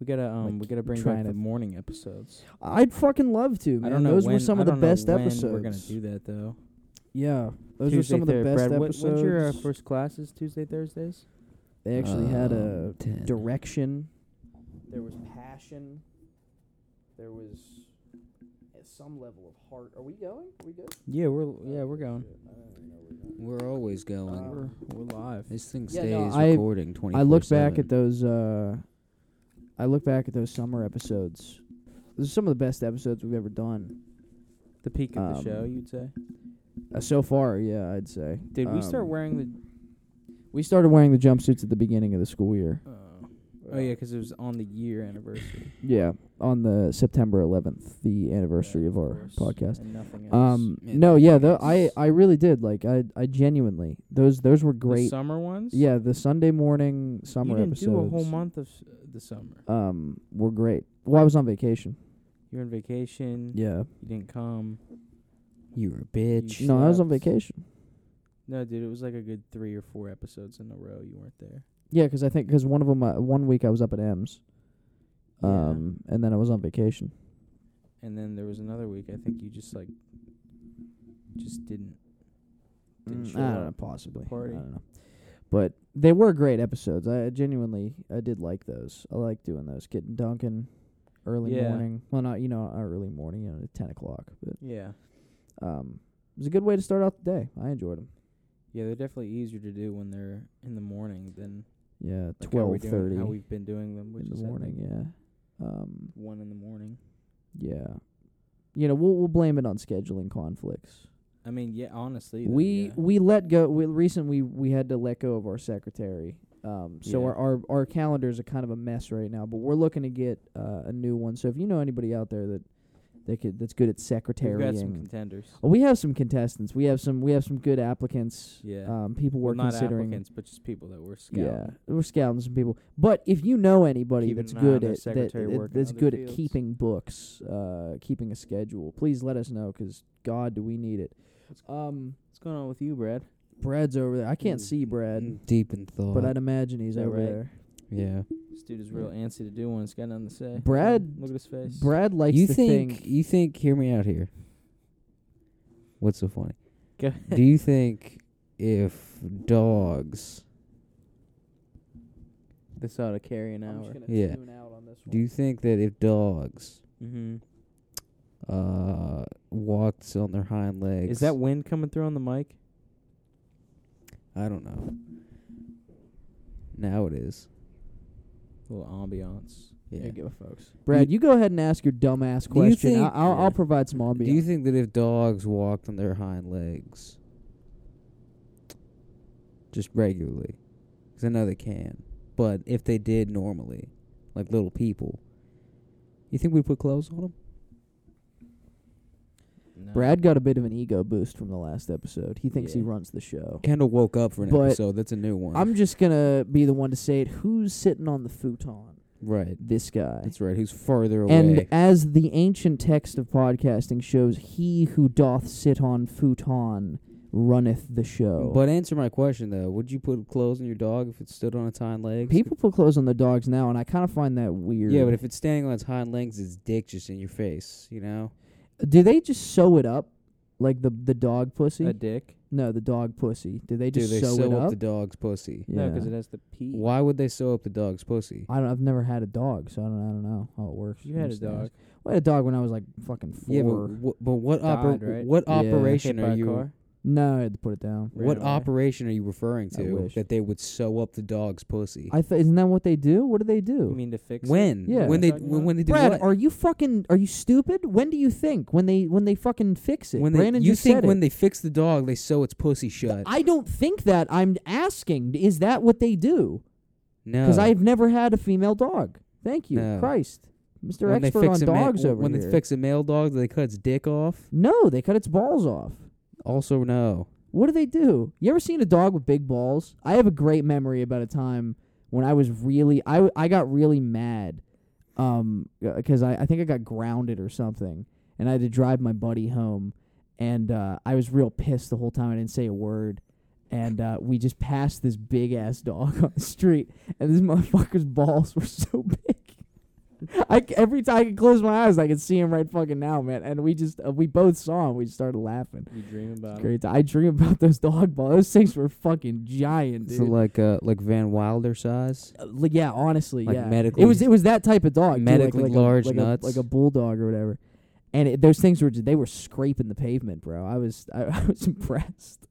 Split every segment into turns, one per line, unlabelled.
We gotta um we gotta bring
track
Ryan
the
in morning episodes.
I'd fucking love to. Man.
I don't know
Those
when,
were some
I
of the
don't know
best
when
episodes.
We're gonna do that though.
Yeah, those were
Tuesday,
some of the
Thur-
best
Brad, what-
episodes.
When's your uh, first classes? Tuesday, Thursdays.
they actually had a
Um, 10.
direction. There was passion. There was at some level of heart. Are we going? Are we good?
Yeah, we're yeah we're going.
We're always going.
Uh,
We're we're live.
this thing
yeah,
stays
no, I-
recording twenty.
I look back at those. Uh, I look back at those summer episodes. Those are some of the best episodes we've ever done
The peak of the show,
um,
you'd say.
uh, so far. Yeah, I'd say.
Did we start
Um,
wearing the?
We started wearing the jumpsuits at the beginning of the school year.
oh yeah, 'cause it was on the year anniversary.
Yeah, on the September 11th, the anniversary
Yeah,
of our
course,
podcast.
and nothing else.
Um,
Yeah,
no,
the
yeah, though I
podcast.
I really did like I I genuinely those those were
The
great.
summer ones.
yeah, the Sunday morning
you
summer
didn't
episodes
do a whole month of s- uh, the summer.
um were great. Well, I was on vacation.
You're on vacation.
Yeah,
You didn't come.
you were a bitch.
You
no, I was on
slept.
vacation.
No, dude, it was like a good three or four episodes in a row. You weren't there.
Yeah, 'cause I think because one of them uh, one week I was up at M's,
Yeah.
um, and then I was on vacation.
and then there was another week. I think you just like just didn't. didn't
Mm,
show
I don't know,
up.
possibly.
party.
I don't know. But they were great episodes. I genuinely I did like those. I like doing those. Getting Duncan early
Yeah.
morning. Well not you know, not early morning, you know, at ten o'clock. But
Yeah,
um it was a good way to start out the day. I enjoyed them.
yeah, they're definitely easier to do when they're in the morning than like
Yeah,
how, we're
twelve
doing-
thirty
How
in
we've been doing them, which
the
is I think,
morning, yeah. Um
one in the morning.
yeah. You know, we'll we'll blame it on scheduling conflicts.
I mean, yeah, honestly, uh, though,
We
yeah.
we let go. We, recent we we had to let go of our secretary. Um, so
Yeah.
our, our our calendars are kind of a mess right now, but we're looking to get uh, a new one. So if you know anybody out there that that could that's good at
we've got some
secretarying,
contenders.
Oh, we have some contestants. We have some we have some good applicants.
Yeah.
um, people
Well,
we're
not
considering.
applicants, but just people that were scouting.
Yeah, we're scouting some people. But if you know anybody
Keeping
that's
an eye on
good
their
at that,
secretary
that-
work in
that's
other
good
fields.
at keeping books, uh, keeping a schedule, please let us know 'cause God, do we need it. Um,
What's going on with you, Brad?
Brad's over there. I can't
Mm.
see Brad,
Deep in thought.
but I'd imagine he's
that
over
right?
there.
yeah.
This dude is real antsy to do one. He's got nothing to say.
Mm. Brad-
look at his face.
Brad likes
you
to
think,
think.
You think? Hear me out here. What's so funny?
Go
Do you think if dogs?
this ought to carry an hour.
Yeah.
out on this
Do you think that if dogs
Mm-hmm.
uh walked on their hind legs?
Is that wind coming through on the mic?
I don't know. Now it is.
little ambiance.
Yeah.
give a folks. Brad, you, go ahead and ask your dumbass
Do you
question. I,
think-
I'll, I'll
Yeah.
provide some ambiance.
Do you think that if dogs walked on their hind legs just regularly, 'cause I know they can, but if they did normally, like little people, you think we'd put clothes on them?
No.
Brad got a bit of an ego boost from the last episode. He thinks he
Yeah.
runs the show.
Kendall woke up for an
But
episode. That's a new one.
I'm just gonna be the one to say it. Who's sitting on the futon?
right.
This guy.
That's right. Who's farther away?
and as the ancient text of podcasting shows, he who doth sit on futon runneth the show.
but answer my question though. Would you put clothes on your dog if it stood on its hind legs?
People put clothes on the dogs now, and I kind of find that weird.
Yeah, but if it's standing on its hind legs, its dick just in your face. You know.
do they just sew it up, like the the dog pussy?
a dick?
no, the dog pussy. Do they
Do
just
they
sew, it
sew
up?
the dog's pussy?
No, 'cause
Yeah.
it has the pee.
Why would they sew up the dog's pussy?
I don't. I've never had a dog, so I don't. I don't know how it works.
You had a
It's nice.
dog.
I had a dog when I was like fucking four.
Yeah, but, wh- but what
Died,
oper-
right?
what
Yeah.
operation
Hit by
are
a
you
car?
no, I had to put it down.
Ran
what
away.
operation are you referring
I
to
wish.
that they would sew up the dog's pussy?
I th- isn't that what they do? What do they
You
do?
mean to fix it?
when?
Yeah.
When they
Talking
when,
about-
when they did
Brad,
what?
are you fucking? Are you stupid? When do you think? When they when they fucking fix it?
when they,
Brandon
you
just
think
said
when
it.
they fix the dog, they sew its pussy shut?
I don't think that. I'm asking. Is that what they do?
no,
Because I've never had a female dog. Thank you,
No.
Christ, Mister
when
Expert
they fix
on
a ma-
dogs over
when
here.
they fix a male dog, do they cut its dick off?
no, they cut its balls off.
Also, no.
What do they do? You ever seen a dog with big balls? I have a great memory about a time when I was really I w- I got really mad um because I, I think I got grounded or something and I had to drive my buddy home and uh, I was real pissed the whole time I didn't say a word and uh, we just passed this big ass dog on the street and this motherfucker's balls were so big I c- every time I could close my eyes, I could see him right fucking now, man. And we just uh, we both saw him. We just started laughing.
You dream about it.
Great. time. I dream about those dog balls. Those things were fucking giant, dude.
So like uh like Van Wilder size.
Uh, li- yeah, honestly,
Like
yeah.
medically-
it was it was that type of dog, too, like-
medically
like,
large
a, like
nuts.
a, like a bulldog or whatever. And it, those things were ju- they were scraping the pavement, bro. I was I, I was impressed.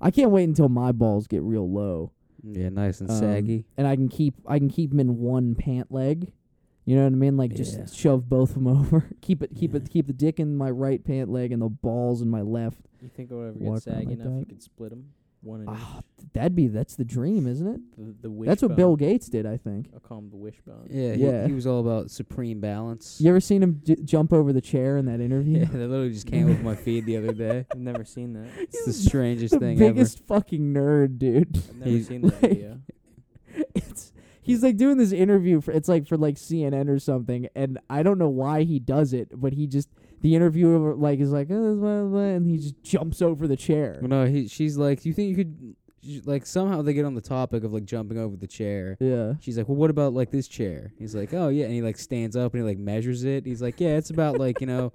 I can't wait until my balls get real low,
Yeah, nice and
Um,
saggy.
and I can keep I can keep them in one pant leg. You know what I mean? Like
Yeah.
just shove both of them over. keep it keep it keep the dick in my right pant leg and the balls in my left.
You think it would ever
Walk
get
around
saggy
like
enough? You
that.
could split them one and
Ah, th- that'd be that's the dream, isn't it?
the, the wishbone.
That's what Bill Gates did, I think.
I'll call him the wishbone.
Um, Yeah,
yeah.
He, he was all about supreme balance.
You ever seen him j- jump over the chair in that interview?
Yeah, that literally just came over my feed the other day.
I've never seen that.
It's the strangest
the
thing
biggest fucking nerd, dude.
I've never
He's
seen that
like-
video.
It's he's like doing this interview for it's like for like CNN or something, and I don't know why he does it, but he just the interviewer like is like "Oh, blah, blah," and he just jumps over the chair.
ever. Well, no, he, she's like, you think you could, she's like, somehow they get on the topic of like jumping over the chair.
Yeah,
She's like, well, what about like this chair? He's like, oh yeah, and he like stands up and he like measures it. He's like, yeah, it's about like you know,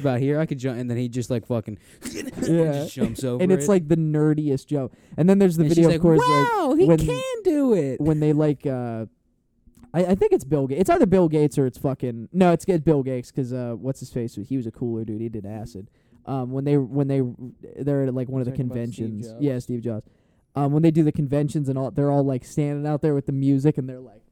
about here I could jump, and then he just like fucking
yeah.
just jumps over.
and it's
it.
like the nerdiest joke. And then there's the
And she's
video,
like,
of course,
wow,
like
he
when
can do it.
when they like uh I, I think it's Bill Gates. It's either Bill Gates or it's fucking no, it's it's Bill Gates because uh, what's his face? He was a cooler dude. He did acid. Um, when they when they they're at like one of the
Talking about Steve
conventions.
Jobs.
yeah, Steve Jobs. Um, when they do the conventions and all, they're all like standing out there with the music and they're like,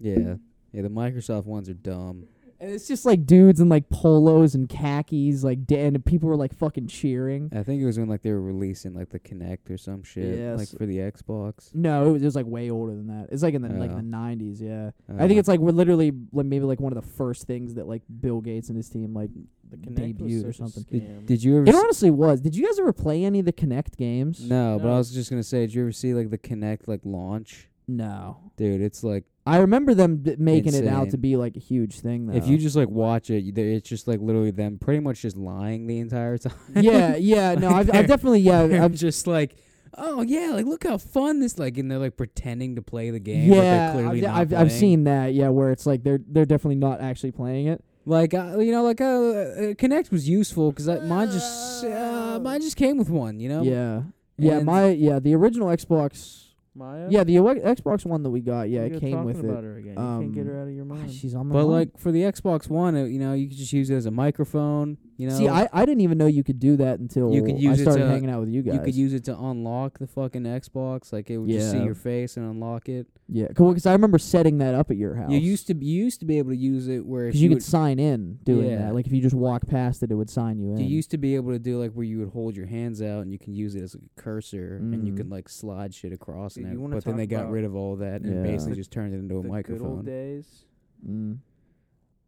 Yeah, yeah, the Microsoft ones are dumb.
and it's just like dudes in like polos and khakis, like da- and people were like fucking cheering.
I think it was when like they were releasing like the Kinect or some shit, like
Yes.
for the Xbox.
No, it was, it was like way older than that. It's like in the like
Oh.
the nineties. Yeah, I
Uh,
think it's like we're literally like maybe like one of the first things that like Bill Gates and his team like
The Kinect was
debuted
such
or
a
something.
scam.
Did you ever?
It
s-
honestly was. Did you guys ever play any of the Kinect games?
no, but I
No.
was just gonna say, did you ever see like the Kinect like launch,
No.
dude? It's like
I remember them d- making it out
Insane.
to be like a huge thing, though.
if you just like watch it, you- there- it's just like literally them pretty much just lying the entire time.
yeah, yeah, no, I've, I've definitely, yeah,
I'm
I've,
just like, oh yeah, like look how fun this like, and they're like pretending to play the game, but
yeah,
they're clearly
I've,
not
I've, I've
playing.
seen that, yeah, where it's like they're they're definitely not actually playing it.
like uh, you know like uh, uh, Connect was useful because mine just uh, mine just came with one, you know.
yeah, yeah,
and-
my yeah, the original Xbox,
Maya?
yeah, the o- Xbox one that we got, yeah,
You're
it came
talking
with
about
it.
her again. You can't get
Um,
her out of your
Ah,
mind.
She's on my
But
mind.
like for the Xbox One, uh, you know, you could just use it as a microphone. You know,
see, I, I didn't even know you could do that until
You could use
I
it
started
to-
hanging out with you guys.
you could use it to unlock the fucking Xbox. Like it would just see
Yeah.
your face and unlock it.
yeah, because I remember setting that up at your house.
You used to you used to be able to use it where if
Because you,
you,
could sign in doing
Yeah.
that. Like if you just walk past it, it would sign you in.
would, you used to be able to do like where you would hold your hands out and you can use it as a cursor and you
Mhm.
can like slide shit across
Dude,
and
you
everything.
wanna
But then
talk
they got
about
rid of all that and
Yeah.
basically
the-
just turned it into
the
a
good old
microphone.
days.
mm,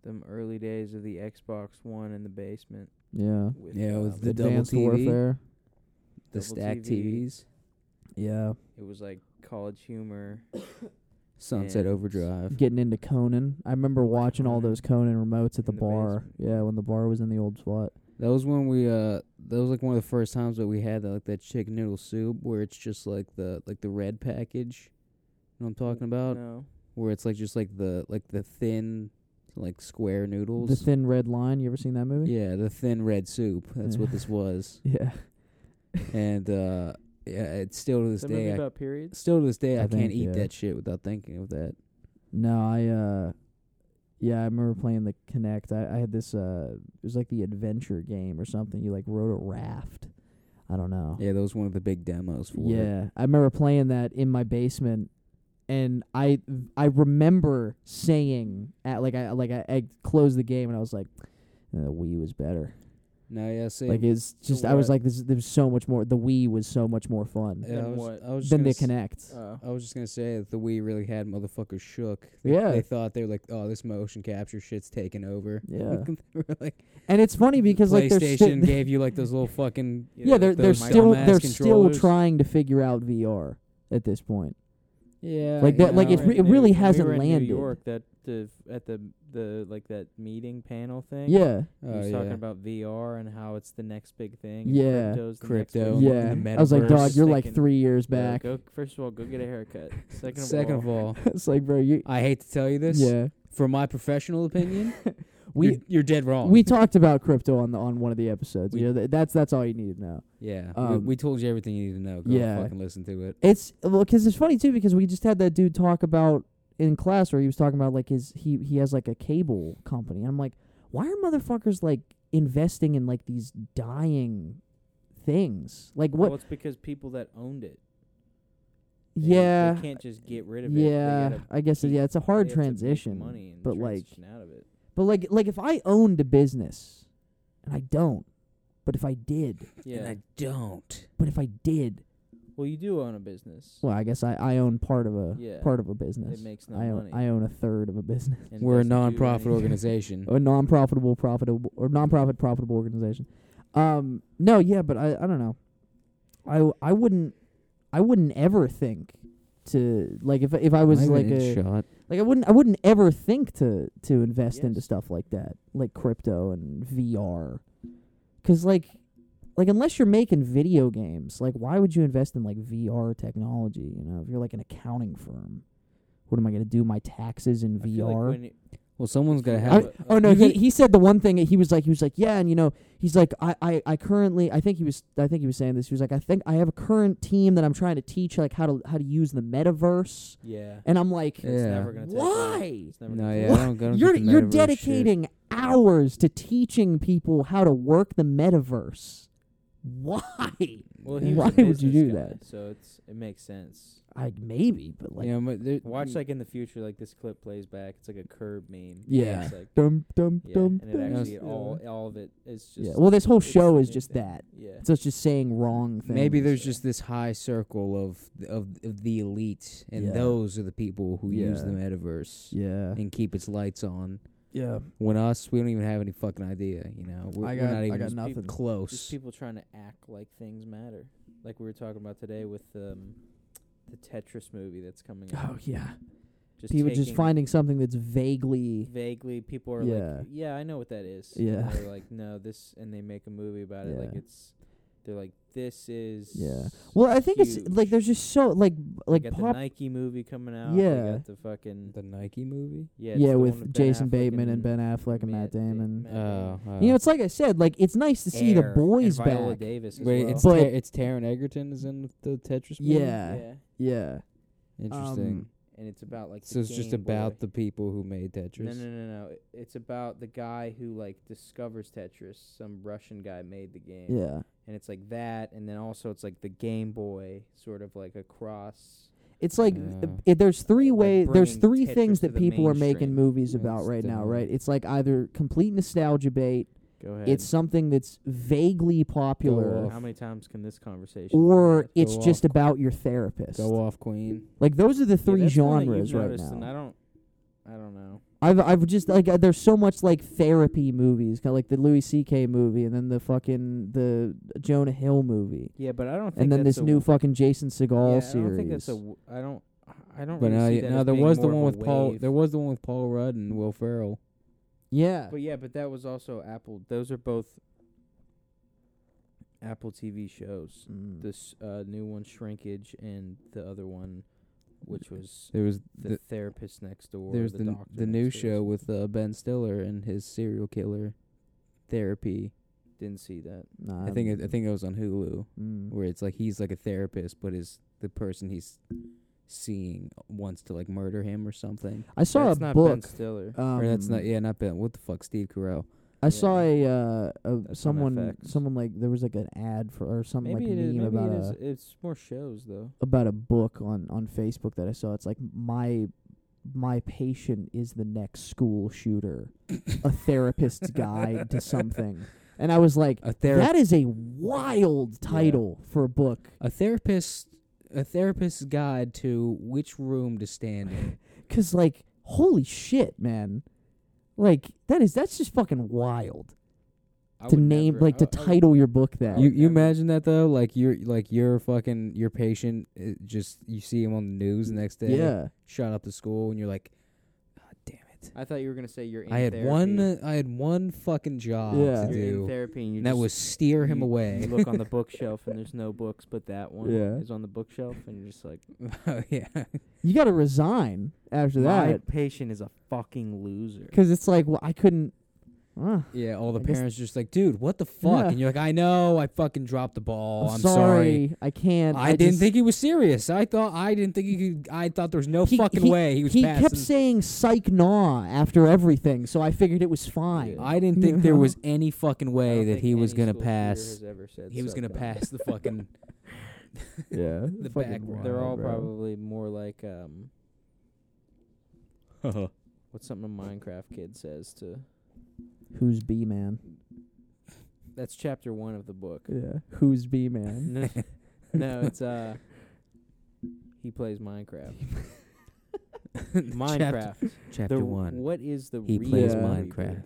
Them early days of the Xbox One in the basement.
yeah.
With,
Yeah, with
um,
the double
Advanced
TV.
warfare.
The
Double
stack
TV.
TVs,
Yeah.
It was like College Humor.
Sunset
And-
Overdrive.
Getting into Conan. I remember watching all
Conan.
those Conan remotes at the,
In the
bar.
basement.
Yeah, when the bar was in the old spot.
That was when we uh that was like one of the first times that we had that like that chicken noodle soup where it's just like the like the red package. You know what I'm talking about?
No.
Where it's like just like the like the thin like square noodles.
The Thin Red Line. You ever seen that movie?
yeah, the thin red soup. That's
Yeah.
what this was.
Yeah.
And uh yeah, it's still to
Is
this
that
day
movie
I,
about periods?
still to this day
I
I, can't
think,
eat
yeah.
that shit without thinking of that.
No, I uh yeah, I remember playing the Connect. I, I had this uh it was like the adventure game or something. You like rode a raft. I don't know.
Yeah, that was one of the big demos for it.
Yeah, I remember playing that in my basement, and I I remember saying at like I like I, I closed the game and I was like, "Uh, the Wii was better.
No, yeah, see.
Like it's
So
just I was
what-
like this. There's so much more. The Wii was so much more fun
yeah, I
Then
was,
what?
I was just
than
gonna
the
s- uh,
Connect.
Oh.
I was just gonna say that the Wii really had motherfuckers shook. They,
Yeah.
they thought they were like, oh, this motion capture shit's taken over.
Yeah.
They were like,
and it's funny because like they're
PlayStation
still
gave you like those little fucking.
yeah they're they're
those
still
dumbass
they're still
controllers.
trying to figure out VR at this point.
Yeah,
Like that- like
you
it
know,
re-
When we
really
were
hasn't
in
landed.
New York, that the at the the like that meeting panel thing.
Yeah,
He was
oh,
talking
yeah.
about VR and how it's the next big thing. and
Yeah.
Crypto's the next
Crypto.
big
yeah.
thing.
the
I was like,
metaverse.
dog, you're like
Thinking-
three years
Yeah,
back.
Go, first of all, go get a haircut. Second of
Second
all,
of all,
it's like, bro, you
I hate to tell you this.
yeah.
For my professional opinion,
We
you're, you're dead
Oh.
wrong.
we talked about crypto on the on one of the episodes.
We-
you know, th- that's that's all you need to know.
yeah,
um,
we, we told you everything you need to know. Go
yeah.
fucking listen to it.
It's well, because it's funny too, because we just had that dude talk about in class where he was talking about like his he he has like a cable company. And I'm like, why are motherfuckers like investing in like these dying things? Like what?
Well, it's because people that owned it. They-
yeah,
They can't just get rid of it. They
yeah.
gotta-
I guess
keep-
yeah, it's a hard
they have to make
transition.
money and
but, like,
transition out of it.
But like like if I owned a business, and I don't, but if I did,
Yeah.
And I don't.
but if I did,
well, you do own a business.
well, I guess I I own part of a
Yeah.
part of a business.
It makes no
I own
money.
I own a third of a business.
and
We're a
doesn't do
non-profit
anything.
organization.
a non-profitable profitable or non-profit profitable organization. Um, no, yeah, but I, I don't know. I, I wouldn't I wouldn't ever think to like if if I was
Am I
like
even in
a
shot.
like I wouldn't I wouldn't ever think to to invest into
Yes.
stuff like that like crypto and VR because like like unless you're making video games like why would you invest in like VR technology you know if you're like an accounting firm what am I gonna do my taxes in
I feel like
VR
when you-
Well, someone's gotta
I-
have.
a-
Oh
a-
no,
You
he,
gotta-
he said the one thing he was like he was like yeah, and you know he's like I, I I currently I think he was I think he was saying this he was like I think I have a current team that I'm trying to teach like how to how to use the metaverse,
Yeah.
and I'm like
It's never
Yeah.
gonna take long.
why
It's never
No,
gonna
yeah,
take
I
long.
don't, I don't get
you're
the
you're
metaverse shit.
dedicating hours to teaching people how to work the metaverse. Why?
Well, he
Why
was a
would you
business
do
guy,
that?
So it's it makes sense.
I maybe, but like
you know, but there-
Mm.
Watch like in the future, like this clip plays back. It's like a curb meme.
Yeah.
It's like,
dum dum
yeah.
dum.
And it
dum.
actually
Yeah.
all all of it is just
yeah. Well, this whole
it's
show
the
is
same
just
thing.
that.
yeah.
So it's just saying wrong things.
maybe there's
yeah.
just this high circle of th- of, of the elites, and
Yeah.
those are the people who use the
Yeah.
metaverse
yeah
and keep its lights on.
yeah.
When us, we don't even have any fucking idea. You know, we're,
I
we're
got
not even
I got
s-
nothing.
Just
close.
people trying to act like things matter. Like we were talking about today with um, the Tetris movie that's coming out.
Oh yeah.
Just
people just
taking
finding something that's vaguely
vaguely people are
Yeah.
like, yeah, I know what that is.
Yeah.
And they're like, no, this, and they make a movie about it. Like
Yeah.
it's, they're like, this is.
Yeah. well i think it's like
huge.
there's just so like
They
like
got
pop
the Nike movie coming out.
Yeah.
They got the fucking
the Nike movie.
yeah.
yeah,
it's the one
with
Ben
jason
Affleck
bateman and ben affleck and matt
Da-
damon
Matt
Oh,
Damon.
oh.
you know it's like i said like it's nice to see the
Air
boys
and Viola
back
Davis. As
wait,
well.
it's
But-
Ter- it's Taron Egerton is in the Tetris movie.
yeah yeah,
yeah.
interesting.
um,
And it's about like.
so
the
it's just
Game Boy.
about the people who made Tetris.
No, no, no, no. It- It's about the guy who like discovers Tetris. Some Russian guy made the game.
yeah
And it's like that, and then also it's like the Game Boy, sort of like a cross.
it's like
Yeah.
it, there's three
Like
ways there's
bringing
three
Tetris
things
to
that
the
people are making
mainstream.
movies
Yeah,
about
it's
right now
dumb.
right it's like either complete nostalgia bait
Go ahead.
it's something that's vaguely
off.
popular
how many times can this conversation?
or
Go
it's
off.
just about your therapist
Go off, Queen.
Like those are the three genres right
noticed, And I
now.
don't, I don't know.
I've I've just like uh, there's so much like therapy movies, kind of like the Louis C.K. movie, and then the fucking the Jonah Hill movie,
Yeah, but I don't. Think
and then
that's
this
a-
new fucking Jason Segal
yeah,
series.
I don't think that's a. w- I don't. I don't.
But
really
now,
see
you-
that
now
as
there
being
was the
more of
one
a
with Paul.
wave.
There was the one with Paul Rudd and Will Ferrell.
yeah,
But yeah, but that was also Apple. Those are both Apple TV shows.
Mm.
This uh, new one, Shrinkage, and the other one, which was
There was
the,
the,
therapist next door.
there's
the
the n-
doctor
the new
next door.
show with uh, Ben Stiller and his serial killer therapy.
Didn't see that.
Nah,
I think it, I
Um,
think it was on Hulu
mm.
where it's like he's like a therapist, but is the person he's seeing wants to like murder him or something.
I saw
that's
a
not Ben
book.
Stiller.
Um,
or that's not yeah, not Ben. What the fuck, Steve Carell?
I saw a uh, a
That's on
someone
FX.
someone like there was like an ad for or some
Maybe
like
it is.
meme
Maybe
about
it
a
is. It's more shows though.
about a book on on Facebook that I saw. It's like my my patient is the next school shooter, a therapist's guide to something. And I was like,
A therapist.
that is a wild title for a book
a therapist a therapist's guide to which room to stand in.
'cause like, holy shit, man. Like that is that's just fucking wild
I
to
would
name
never-
like
I-
to
I would-
title your book that.
you
would
you
never-
imagine that though? Like you're like you're fucking your patient uh, just you see him on the news the next day.
yeah.
Shot up to school and you're like, God damn it. What?
I thought you were gonna say you're. In
I had
therapy.
one. I had one fucking job
Yeah.
to
You're in
do,
therapy, and, you
and that
just-
was steer him
you- You
away.
look on the bookshelf, and there's no books, but that one
Yeah.
is on the bookshelf, and you're just like,
oh yeah.
You got to resign after
my
that
patient is a fucking loser.
because it's like, well, I couldn't. Uh,
Yeah, all the
I guess-
parents just like, dude, what the fuck?
Yeah.
And you're like, I know, I fucking dropped the ball.
I'm,
Oh,
I'm,
sorry, I can't.
I, didn't
just-
think he was serious. I thought I didn't think he could. I thought there was no
He-
fucking
he-
way he was
he
passing.
kept saying "psych nah" after everything, so I figured it was fine.
Yeah.
I didn't think there was any fucking
I
way
don't
that
think
he was
any
gonna
school shooter
pass.
has ever said
He was gonna
suck on it.
pass the fucking.
yeah,
the
fucking
back row.
They're
wild,
all
bro.
probably more like um, what's something a Minecraft kid says to.
Who's B man?
That's chapter one of the book.
Yeah, who's B man?
no, no, it's uh, he plays Minecraft. Minecraft.
chapter
The-
one.
What is the
He
real
plays
Yeah.
creeper?
Minecraft.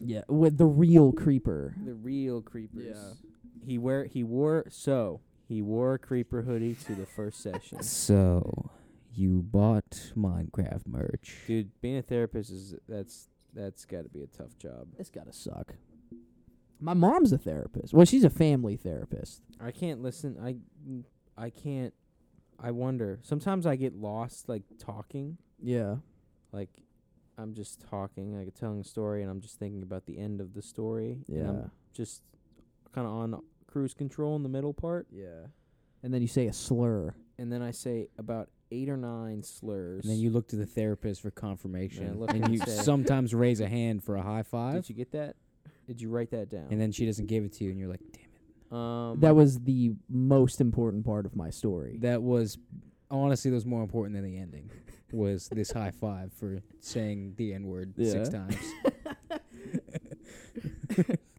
yeah, with the real creeper.
The real creepers. Yeah. He wear he wore so he wore a creeper hoodie to the first session.
So, you bought Minecraft merch.
Dude, being a therapist is that's that's got to be a tough job.
It's gotta suck. My mom's a therapist. Well, she's a family therapist.
I can't listen. I I can't. I wonder. Sometimes I get lost, like talking.
Yeah.
Like I'm just talking, like telling a story, and I'm just thinking about the end of the story. And I'm just kind of on cruise control in the middle part,
Yeah. And then you say a slur.
and then I say about eight or nine slurs.
And then you look to the therapist for confirmation,
look
and
and
you
say-
sometimes raise a hand for a high five,
did you get that? Did you write that down?
and then she doesn't give it to you, and you're like, "Damn it!"
um,
that was the most important part of my story.
That was honestly that was more important than the ending. Was this high five for saying the n word six
Yeah.
times?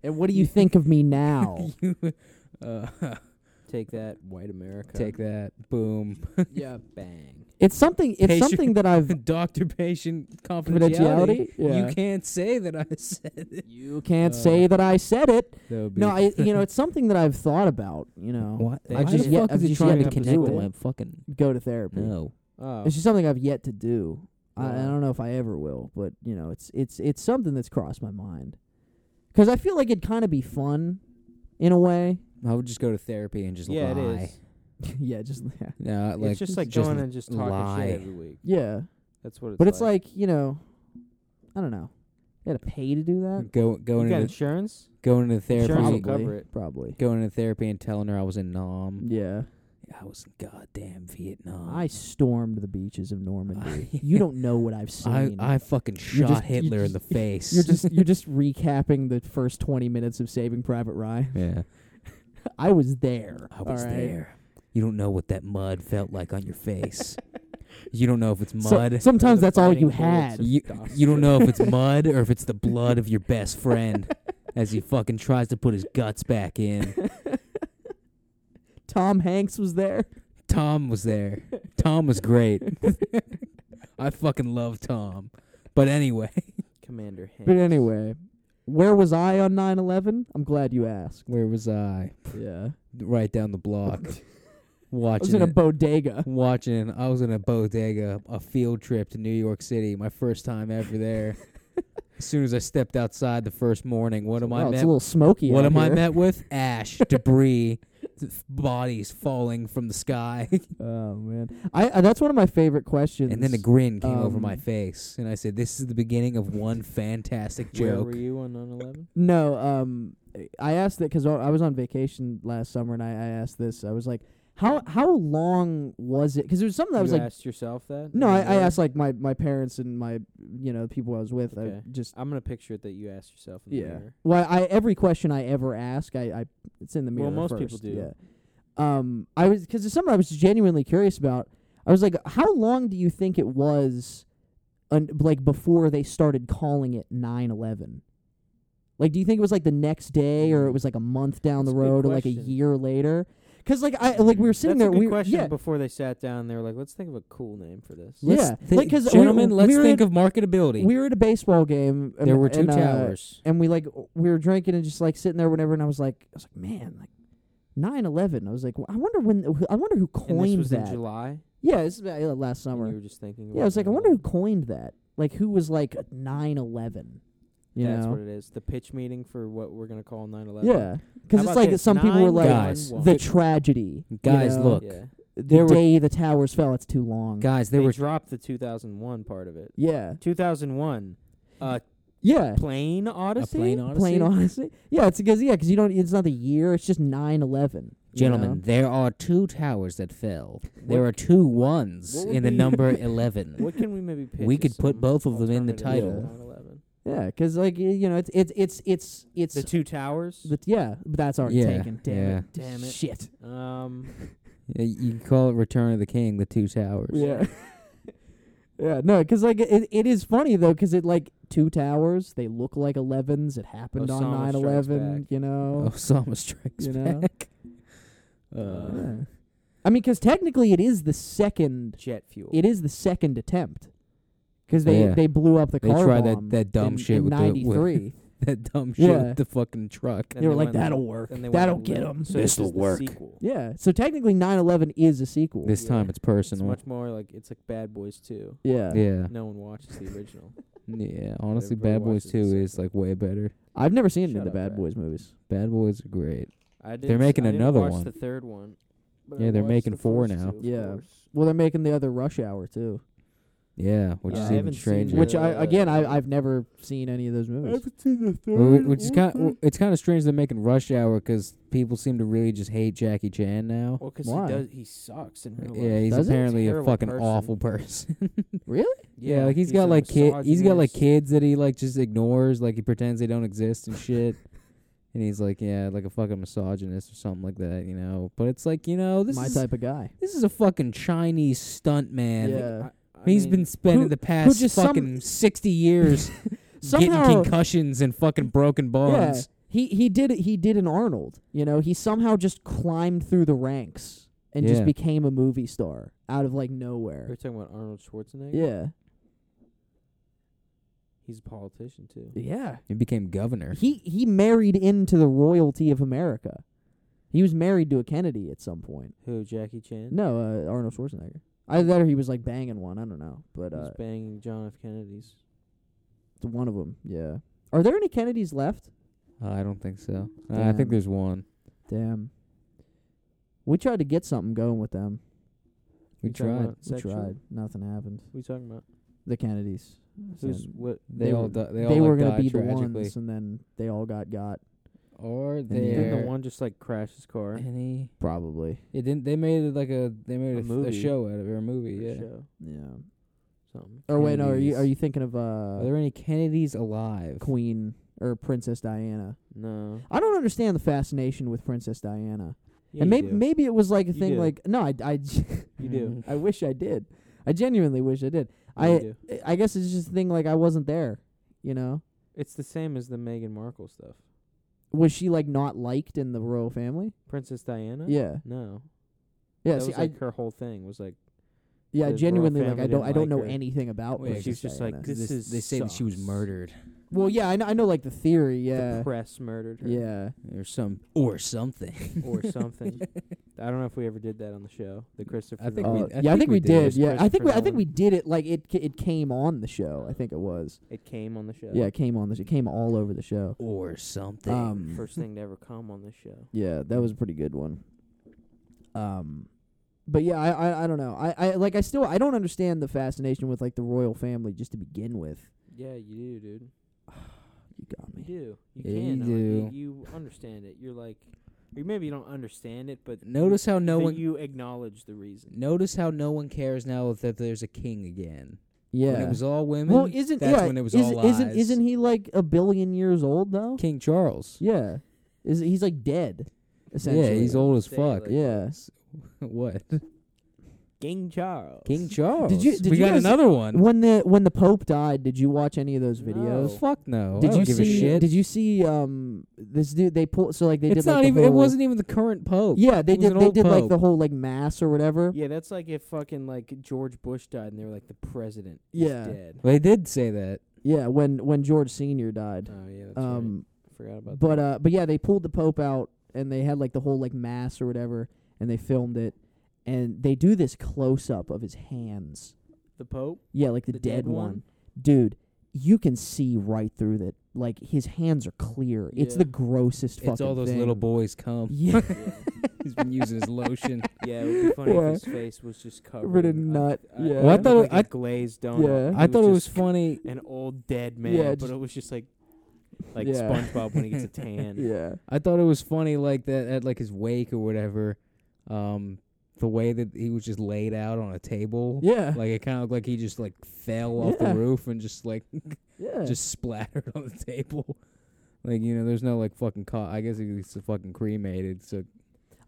and what do you think of me now?
you uh,
take that, white America.
take that, boom,
yeah, bang.
it's something. It's
Patient-
something that I've
doctor patient
confidentiality.
confidentiality.
Yeah.
You can't say that I said it.
You can't
Uh,
say that I said it.
That would be-
No, I. You know, it's something that I've thought about. You know,
What?
They
I
might
just
have-
yet,
I've
I'm just
just
trying
yet
to
to
connect
do
with
it.
my fucking
go to therapy.
no.
Oh,
It's just something I've yet to do. I, I
Yeah.
don't know if I ever will, but you know, it's it's it's something that's crossed my mind. Because I feel like it'd kind of be fun, in a way.
I would just go to therapy and just
yeah,
lie.
it is.
yeah, just yeah,
No, like
it's just like
just
going and just talking
lie.
shit every week.
yeah.
That's what it's.
But it's like you know, I don't know. You gotta pay to do that.
go
you
going
got
into
insurance.
going into therapy,
Insurance
probably,
will cover it.
probably.
going into therapy and telling her I was in Nam.
Yeah,
I was in goddamn Vietnam.
I stormed the beaches of Normandy. you don't know what I've
I,
seen.
I fucking
You're
shot
just- you
Hitler
just-
in the face.
you're just you're just recapping the first twenty minutes of Saving Private Ryan.
yeah.
I was there.
I was
all right?
there. You don't know what that mud felt like on your face. you don't know if it's
So-
mud.
sometimes
The
that's all
burning
you
bullets
had.
of
you,
dust.
you don't know if it's mud or if it's the blood of your best friend as he fucking tries to put his guts back in.
Tom Hanks was there.
Tom was there. Tom was great. I fucking love Tom. But anyway,
Commander Hanks.
But anyway, where was I on 9/11? I'm glad you asked.
where was I?
Yeah,
Right down the block,
I was
watching
in a
it-
bodega.
watching. I was in a bodega, a field trip to New York City, my first time ever there. as soon as I stepped outside the first morning, what am
Wow,
I
Oh, it's
met?
a little smoky.
what
out
am I
here.
met with? Ash, debris, th- bodies falling from the sky,
Oh man, I uh, that's one of my favorite questions.
and then a grin came over my
Um,
face, and I said, "This is the beginning of one fantastic
Where
joke."
were you on 9/11?
no, um, I asked that because I was on vacation last summer, and I, I asked this. I was like, how how long was it? Because there was something that
you
was like,
asked yourself that.
no,
You
I, I
were?
asked like my my parents and my you know people I was with. I
Okay.
just
I'm gonna picture it that you asked yourself. In the
Yeah.
mirror.
Well, I every question I ever ask, I, I it's in the mirror.
Well, most people
first,
do.
Yeah. Um, I was because it's something I was genuinely curious about. I was like, how long do you think it was, un- like before they started calling it nine eleven? Like, do you think it was like the next day, or it was like a month down
Mm. That's
the
a good
road, or like a
question.
year later? Because like I like we were sitting
That's
there,
a good
we were-
question.
yeah,
Before they sat down, they were like, "Let's think of a cool name for this."
Yeah.
Let's thi-
like, 'cause we-
gentlemen, let's
we were
think
in-
of marketability.
we were at a baseball game. and-
there were two
and, uh,
towers.
and we like we were drinking and just like sitting there, whatever. And I was like, I was like, man, like nine eleven. I was like, I wonder when. I wonder who
And this
coined
was in
that.
July.
yeah, this is uh, last
and
summer.
You were just thinking.
Yeah, I was like, I wonder who coined that. like who was like nine eleven. You
That's
know,
what it is. The pitch meeting for what we're gonna call 9/11.
Yeah.
How
'Cause it's
about
like
this?
some people were like
Guys.
the
9/11.
tragedy. you
Guys,
know?
look.
Yeah.
the
There were-
day the towers fell. It's too long.
Guys,
They
there were
dropped the 2001 part of it.
yeah,
2001. Uh,
yeah.
plane Odyssey.
a plane odyssey.
Plain honestly, yeah. It's because yeah, because you don't. It's not the year. It's just nine eleven.
Gentlemen, there are two towers that fell. There
What-
are two ones
what would
in the
be-
number 11.
What can we maybe pitch?
We
as
could put
some
both of them in the
alternative to 9/11?
title. Yeah, because like y- you know, it's it's it's it's it's
The two towers.
the, yeah. But that's already
Yeah,
taken. Damn
yeah.
it.
Damn it.
Shit.
um.
Yeah, you can call it Return of the King, the two towers.
Yeah. yeah. No, because like it, it is funny though, because it like two towers. They look like elevens. It happened on
Osama
nine
Strikes
eleven.
Back.
You know.
Oh, Osama Strikes
You know?
Back. Oh,
Uh,
Yeah. I mean, because technically it is the second.
Jet fuel.
It is the second attempt. Because they,
Yeah.
they blew up the
They
car
tried that-
bomb
that dumb
in,
shit
in
with the- with-
'93.
that dumb shit
Yeah.
with the fucking truck.
Then
they were
they
like,
went-
"That'll work.
then they went
That'll
and
get
lit-
'em."
So this
This'll
is the
work.
sequel.
Yeah. So technically, 9/11 is a sequel.
This
Yeah.
time it's
It's
personal.
much more like it's like Bad Boys 2.
yeah.
yeah.
No one watches the original.
Yeah. Honestly,
everybody
Bad Boys
watches
2
the
is
second
like way better.
I've never seen it in
Shut
the
up,
Bad
Brad.
Boys movies.
Bad Boys are great.
I didn't, s-
making
I didn't
another
watch
one.
The third one. but
Yeah,
I
they're
watched
making
the
four
first
now.
two, of
Yeah.
course.
Well, they're making the other Rush Hour too,
Yeah, which
Yeah, I
is even
haven't seen
stranger.
Yeah.
which I again I I've never seen any of those movies.
Well, whi- which is kind it's kind of strange they're making Rush Hour 'cause people seem to really just hate Jackie Chan now.
Well, 'cause
Why?
he does, he sucks in real life.
Yeah, he's
Does it?
apparently a
Terrible
fucking
person.
awful person.
yeah,
yeah, like he's got like kid he's got like
kids.
kids that he like just ignores, like he pretends they don't exist and shit. and he's like, yeah, like a fucking misogynist or something like that, you know. But it's like, you know, this
My
is
type of guy.
this is a fucking Chinese stunt man.
Yeah.
He's been spending
who-
the past
just some-
fucking sixty years
Somehow,
getting concussions and fucking broken bones.
yeah, he he did he did an Arnold. You know, he somehow just climbed through the ranks and
Yeah.
just became a movie star out of like
We're
nowhere.
talking about Arnold Schwarzenegger.
Yeah,
he's a politician too.
yeah.
He became governor.
He he married into the royalty of America. He was married to a Kennedy at some point.
Who? Jackie Chan.
No, uh, Arnold Schwarzenegger. Either that or he was like banging one. I don't know, but uh,
he's banging John F. Kennedy's.
it's one of them. Yeah. Are there any Kennedys left?
Uh, I don't think so. Uh, I
Damn.
think there's one.
Damn. We tried to get something going with them.
We
You talking
tried.
about sexual?
We tried. Nothing happened.
Who you talking about?
The Kennedys.
Who's
Then
what?
They,
They
all
were-
di- they,
They,
all
were
like,
gonna
died
be the
tragically.
ones, and then they all got got
Or
the end.
Didn't
they
the one just like crash his car?
any
probably.
it didn't they made it like a they made
A
a, th-
movie.
a show out of it or a movie,
Or a
yeah.
Show,
Yeah.
something.
Or wait, no. Are you are
Kennedys.
you thinking of
Are
uh
there any Kennedys alive?
Queen or Princess Diana?
No.
I don't understand the fascination with Princess Diana.
Yeah,
and
you
maybe
do.
maybe it was like a
You
thing
do.
like no, I I
you
Mm-hmm.
do.
I wish I did. I genuinely wish I did.
You
I
do.
I guess it's just a thing like I wasn't there. You know,
It's the same as the Meghan Markle stuff.
was she like not liked in the royal family?
Princess Diana.
Yeah,
No.
yeah.
that
see,
was
I
like her whole thing was like
yeah, I
the royal
genuinely like I
family
don't
didn't
I don't
like
know
her.
anything about.
Wait,
Princess
she's just like,
Diana.
this
This-
is
they say that she was
sucks.
murdered
Well, yeah, I know I know like the theory. Yeah,
the press murdered her.
yeah.
or some or something.
or something. I don't know if we ever did that on the show. The Christopher.
think
Uh,
Nolan.
we- I
yeah, I
think
think
we
we
did. It
did.
was
Yeah, I think we, I
Christopher
think
Nolan.
we did it. Like it, ca- it came on the show. I think it was.
it came on the show.
Yeah, it came on the. sh- It came all over the show.
or something.
Um,
First thing to ever come on the show.
Yeah, that was a pretty good one. Um, but yeah, I, I I don't know. I I like I still I don't understand the fascination with like the royal family just to begin with.
Yeah, you do, dude.
You got
You
me.
do. You
Yeah,
can.
you
uh, You,
do.
you understand it. You're like, or maybe you don't understand it, but
notice how no
that
one
you acknowledge the reason.
notice how no one cares now that there's a king again.
Yeah.
When it was all women.
well, isn't
that's
yeah,
when it was
isn't,
all
isn't
lies.
isn't he like a billion years old though?
King Charles.
Yeah, is he's like dead essentially?
Yeah, he's old as
Say,
fuck.
like-
Yeah.
what?
King Charles.
King Charles.
Did you- did
we
you
got
guys-
another one.
When the when the Pope died, did you watch any of those videos?
No.
Fuck no.
Did
I don't
you
give
see?
a shit.
Did you see? Um, this dude they pulled. So like they did.
it's
like,
not
the
even. It
whole-
wasn't even the current pope.
Yeah, they
It was
did.
an
They
old
did like the
pope.
whole like mass or whatever.
Yeah, that's like if fucking like George Bush died and they were like the president
Yeah.
is dead.
They did say that.
Yeah, when when George Senior died.
Oh yeah, that's um,
Um,
right. Forgot about
but
that.
uh, but yeah, they pulled the Pope out and they had like the whole like mass or whatever, and they filmed it, and they do this close up of his hands.
the Pope.
Yeah, like the,
The
dead,
dead
one.
one?
dude, you can see right through that. Like his hands are clear. It's
Yeah.
the grossest fucking
It's all those
thing.
little boys come.
Yeah.
He's been using his lotion.
Yeah, it would be funny
Yeah.
if his face was just covered.
Rid of
in- uh,
nut,
I-
yeah.
I,
Well, I
looked
thought it-
like a
I-
glazed donut.
yeah.
He
I thought it was
just
funny.
an old dead man,
Yeah,
but
just-
it was just like like
Yeah.
SpongeBob when he gets a tan.
yeah.
I thought it was funny, like that at like his wake or whatever. Um, the way that he was just laid out on a table.
Yeah.
Like it kind of looked like he just like fell off
Yeah.
the roof and just like
yeah.
just splattered on the table. Like you know, there's no like fucking. Co- I guess it's fucking cremated. So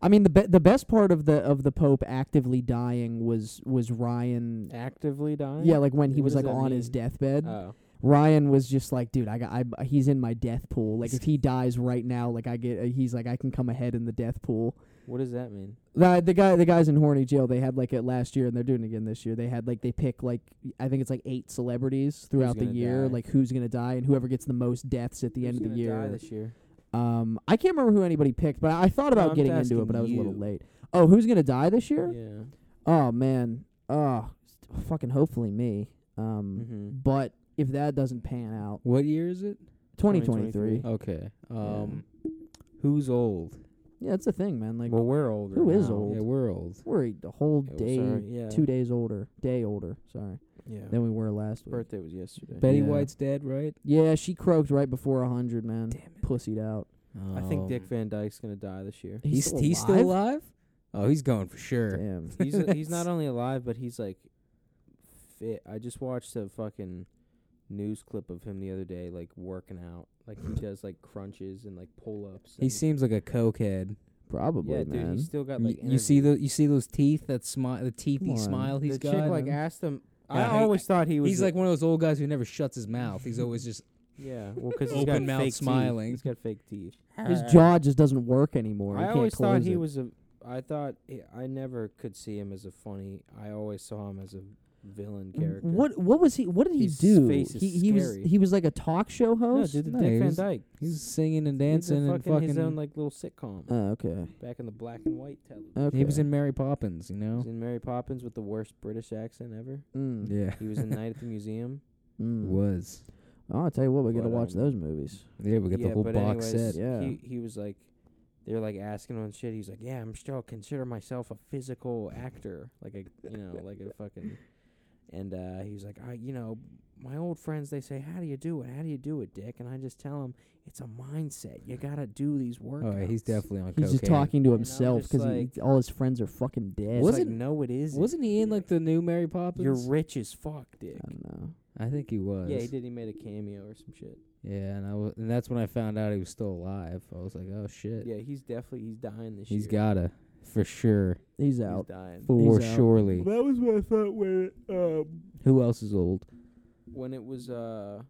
I mean the be- the best part of the of the Pope actively dying was was Ryan.
Actively dying.
Yeah, like when he
What
was
does
like
that
on his
mean?
deathbed,
Oh.
Ryan was just like, "Dude, I got, I, he's in my death pool. Like, if he dies right now, like I get, uh, he's like, I can come ahead in the death pool."
What does that mean?
The, the guy, the guys in horny jail, they had like it last year, and they're doing it again this year. They had like they pick like I think it's like eight celebrities throughout the
gonna
year,
die?
like who's gonna die, and whoever gets the most deaths at the
Who's
end of the
gonna die
year.
this year.
Um, I can't remember who anybody picked, but I thought
No,
about
I'm
getting into it,
asking
but I was a little
you.
late. Oh, who's gonna die this year?
Yeah.
Oh man, oh fucking hopefully me. Um,
Mhm.
but if that doesn't pan out,
what year is it?
2023.
Okay. Um, who's old?
Yeah, it's a thing, man. Like
well, we're older.
who is
now.
old?
Yeah, we're old.
we're a whole
Yeah, we're
day,
sorry. Yeah. Oh.
two days older, day older. Sorry,
Yeah.
than we were last week.
Birthday was yesterday.
Betty
Yeah.
White's dead, right?
Yeah, she croaked right before a hundred, man. Pussied out.
I think Dick
Um,
Van Dyke's gonna die this year.
He's he's still alive? Oh, he's going for sure.
Damn.
He's he's not only alive, but he's like fit. I just watched a fucking news clip of him the other day, like working out. Like he does like crunches and like pull ups.
He seems like a cokehead.
Probably,
yeah, dude.
man.
He's still got
Y-
like
you see
energy.
the you see those teeth that smile, the teethy
Come on.
smile he's
the
got.
chick like
man.
asked him.
Yeah,
I
he-
always thought he was.
he's
a-
like one of those old guys who never shuts his mouth. He's always just
yeah, well, because he's got
Open mouth
fake
smiling.
Teeth. He's got fake teeth.
His jaw just doesn't work anymore. He
I
can't
always thought
close
he
it.
was a. I thought he, I never could see him as a funny. I always saw him as a villain character.
What what was he? What did he
His
do?
face is
he he
scary.
was he was like a talk show
No,
host.
dude, the
No, he
Dick Van
was-
Dyke.
he's singing and dancing
he did
and fucking.
his own like little sitcom
oh, okay.
back in the black and white television.
okay.
He was in Mary Poppins, you
He
know.
was in Mary Poppins with the worst British accent ever.
Mm.
Yeah,
He was in hmm. Night at the Museum.
Mm.
was.
Oh, I tell you what, we got to
But,
watch
um,
those movies.
Yeah, we got
yeah,
the whole
but
box
anyways,
set.
Yeah.
He he was like, they were like asking him shit. He's like, yeah, I'm still consider myself a physical actor, like a you know like a fucking. And uh, he was like, I you know my old friends they say, how do you do it? How do you do it, Dick? And I just tell him it's a mindset. You gotta do these workouts.
Oh, yeah, he's definitely on
He's
cocaine.
just talking to
And I'm
himself
just
because
like-
all his friends are fucking dead.
It's
Wasn't-
like, no, it isn't.
Wasn't he in like the new Mary Poppins?
You're rich as fuck, Dick.
I don't know.
I think he was.
Yeah, he did. He made a cameo or some shit.
Yeah, and I was, and that's when I found out he was still alive. I was like, oh shit,
Yeah, he's definitely he's dying this
he's
year.
gotta for sure,
He's
he's
out.
dying.
for
out.
surely.
That was what I thought when it, um,
Who else is old?
when it was uh,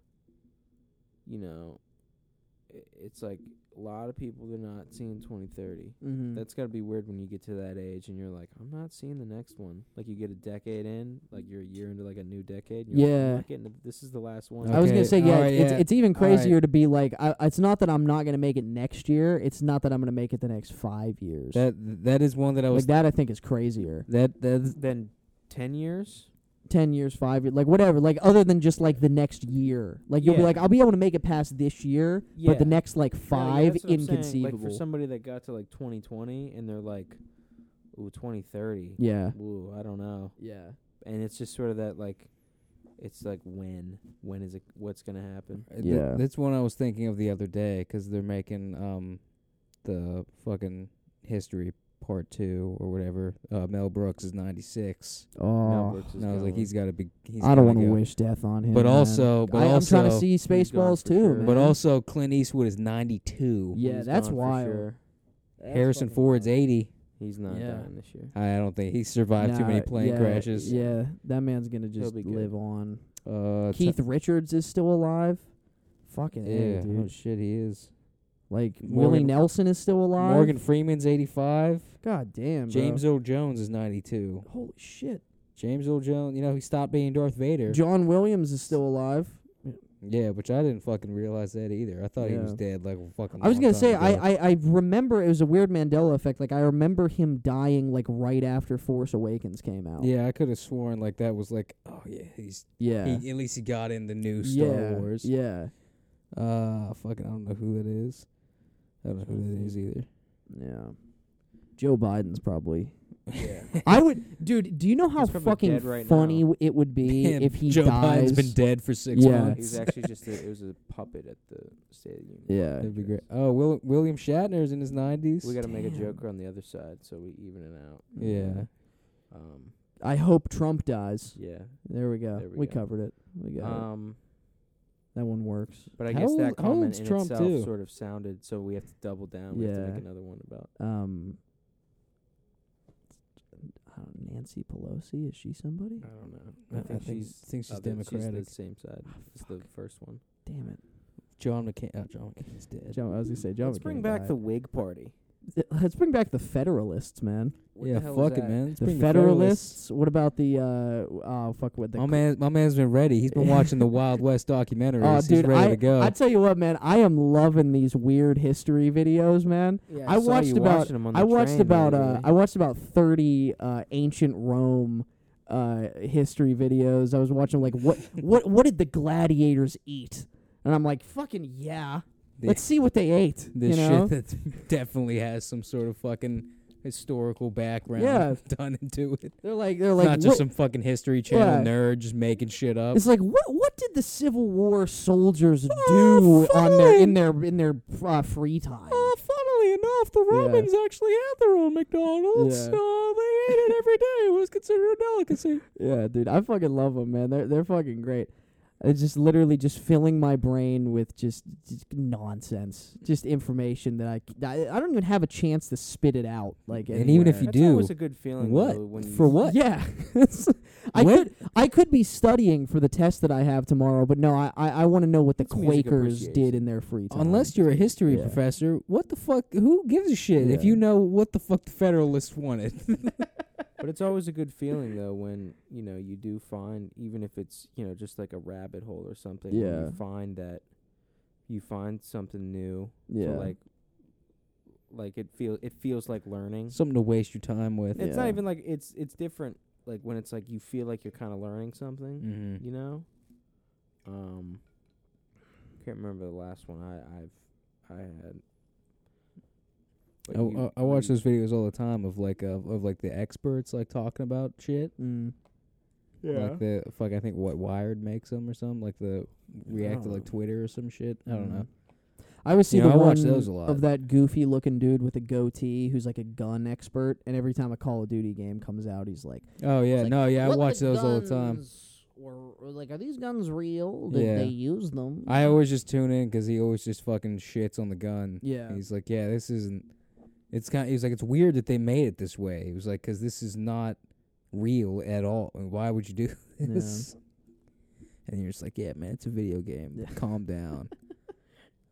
you know, i it's like a lot of people they're not seeing 2030.
Mm-hmm.
That's got to be weird when you get to that age and you're like, I'm not seeing the next one. Like you get a decade in, like you're a year into like a new decade. And you're like,
Yeah.
I'm not getting to, this is the last one.
I was gonna
Okay,
say yeah,
alright,
it's,
yeah,
it's even
alright.
crazier to be like I, it's not that I'm not gonna make it next year. It's not that I'm gonna make it the next five years.
That that is one that I was
like that, I think is crazier.
that that
then ten years.
Ten years, five years, like whatever. Like other than just like the next year. Like you'll be
Yeah.
like, I'll be able to make it past this year, but the
Yeah.
next like
No, yeah,
five,
that's what I'm saying.
inconceivable.
Like for somebody that got to like 2020 and they're like, ooh, 2030.
yeah,
Ooh, I don't know.
yeah,
And it's just sort of that like, it's like when, when is it? What's gonna happen?
th-
Yeah.
that's one I was thinking of the other day 'cause they're making um the fucking history part two or whatever. Uh, Mel Brooks is ninety six,
Mel
oh,
Brooks is
and I was like,
going.
he's got to be. He's
I don't
want to
wish death on him.
But
man.
also- but
I, I'm trying to
also-
see Spaceballs
for
too.
sure.
Man.
But also, Clint Eastwood is ninety two.
yeah,
He's
that's
gone for
wild.
sure.
That's
Harrison
fucking
Ford's
wild.
eighty.
He's not
Yeah.
dying this year.
I don't think he survived too
Nah,
many plane
yeah,
crashes.
Yeah, that man's gonna just
be good.
live on.
Uh,
Keith Richards is still alive. Fucking
Yeah,
A,
oh
dude.
shit, he is.
Like Willie
Morgan-
Nelson is still alive.
Morgan Freeman's 85.
God damn, bro.
James Earl Jones is 92.
Holy shit.
James Earl Jones, you know, he stopped being Darth Vader.
John Williams is still alive.
Yeah, which I didn't fucking realize that either. I thought he was
Yeah.
dead like a fucking.
I was
long
gonna
time
say
ago.
I, I I remember it was a weird Mandela effect. Like I remember him dying like right after Force Awakens came out.
Yeah, I could have sworn like that was like, oh yeah, he's
yeah,
he, at least he got in the new Star
yeah.
Wars.
Yeah,
Uh, fucking, I don't know who that is. I don't know who that is either.
yeah. Joe Biden's probably.
Yeah.
I would, dude. Do you know how
He's probably
fucking
dead right
funny
now.
w- it would be
Man,
if he
Joe
dies?
Biden's been dead for six
Yeah.
He
months.
was actually just a, it was a puppet at the State of the Union.
Yeah.
That'd be great. Oh, Will, William Shatner's in his nineties.
We got to make a
Damn.
Joker on the other side, so we even it out.
yeah.
Um,
I hope Trump dies.
yeah.
There we go.
There we
we
go.
covered it. We got it.
Um,
That one works.
but I
How
guess
old-
that
how
comment
old's
in
Trump,
itself
too?
sort of sounded. So we have to double down. We have to
Yeah.
make another one about.
Um, I don't, Nancy Pelosi is she somebody?
I don't know.
I,
I think she's
think she's
other-
Democratic.
She's the same side as
Oh,
the first one.
Damn it,
John McCain. Oh, John McCain's dead.
Joe, I was gonna say Joe.
Let's
McCain
bring back
died.
the Whig Party.
Th- Let's bring back the Federalists, man.
What
yeah,
the hell is
fuck it,
that?
man. Let's
The
bring
Federalists. What about the uh? Oh fuck, what the?
My man, my man's been ready. He's been watching the Wild West documentary.
Oh,
He's
dude,
ready
I,
to go.
I tell you what, man, I am loving these weird history videos, man.
Yeah,
I, watched about I watched about uh, I watched about thirty uh, ancient Rome uh, history videos. I was watching like what what what did the gladiators eat? And I'm like, fucking yeah.
The-
Let's see what they ate.
this
you know?
shit that definitely has some sort of fucking historical background
Yeah.
done into it.
They're like they're
It's
like
not just
what-
some fucking History Channel
Yeah.
nerd just making shit up.
it's like what what did the Civil War soldiers do
Oh,
on their in
fine. Oh,
their in their uh, free time?
funnily enough, the
Yeah.
actually had their own McDonald's.
Yeah.
Uh, they ate it every day. It was considered a delicacy.
Yeah, dude, I fucking love them, man. They're they're fucking great. It's just literally just filling my brain with just, just nonsense, just information that I, c- I I don't even have a chance to spit it out. Like,
And even if
anywhere.
you
That's
do-
always a good feeling.
What?
though, when you
For what?
yeah, It's- I
When-
could I could be studying for the test that I have tomorrow, but no, I I, I want to know what the
It's music
Quakers did
appreciation.
in their free time.
Unless you're a history
Yeah.
professor, what the fuck? Who gives a shit if
Yeah.
you know what the fuck the Federalists wanted?
But it's always a good feeling though when you know you do find, even if it's you know just like a rabbit hole or something. when
Yeah.
You find that you find something new. To
yeah,
like, like it feel it feels like learning.
Something to waste your time with.
It's not
Yeah.
even like it's it's different. Like when it's like you feel like you're kind of learning something.
Mm-hmm.
You know. Um. Can't remember the last one I I've I had. But
I,
you
Oh, uh, I, I
read-
watch those videos all the time of like uh, of like the experts like talking about shit.
mm,
Like the fuck, I think what Wired makes them or something. Like the react to
don't
like
know.
Twitter or some shit. I don't know.
I always see
You
the
know, I
one
watch those a lot.
of that goofy looking dude with a goatee who's like a gun expert, and every time a Call of Duty game comes out, he's like,
Oh yeah,
like,
no yeah, I
"What
watch those all the time.
guns Were, were like, are these guns real?
Yeah.
use them?
I always just tune in 'cause he always just fucking shits on the gun.
yeah,
He's like, yeah, this isn't. It's kind. He was like, it's weird that they made it this way. He was like, 'Cause this is not real at all. And why would you do
Yeah.
this? And you're just like, yeah, man, it's a video game.
Yeah.
Calm down.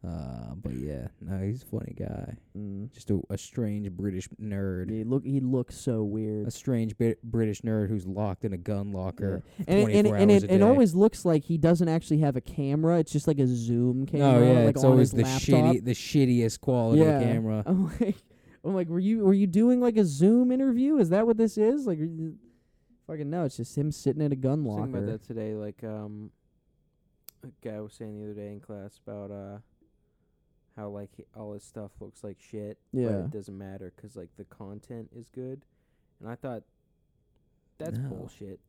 uh, but yeah, no, he's a funny guy.
Mm.
Just a, a strange British nerd.
he look he looks so
A
weird.
strange bi- British nerd who's locked in a gun locker.
Yeah. And it, and, it,
24
and
hours
it,
a
it
day.
always looks like he doesn't actually have a camera. It's just like a zoom camera.
no, yeah,
like
it's
on
always
his
the
laptop.
shitty, the shittiest quality
yeah.
camera.
I'm like, I'm like, were you were you doing like a zoom interview? Is that what this is? Like, are you- fucking no. It's just him sitting in a gun
was thinking
locker.
about that today. Like, um, a guy was saying the other day in class about uh how like he, all his stuff looks like shit. but
Yeah.
it doesn't matter 'cause like the content is good. And I thought that's
No.
bullshit.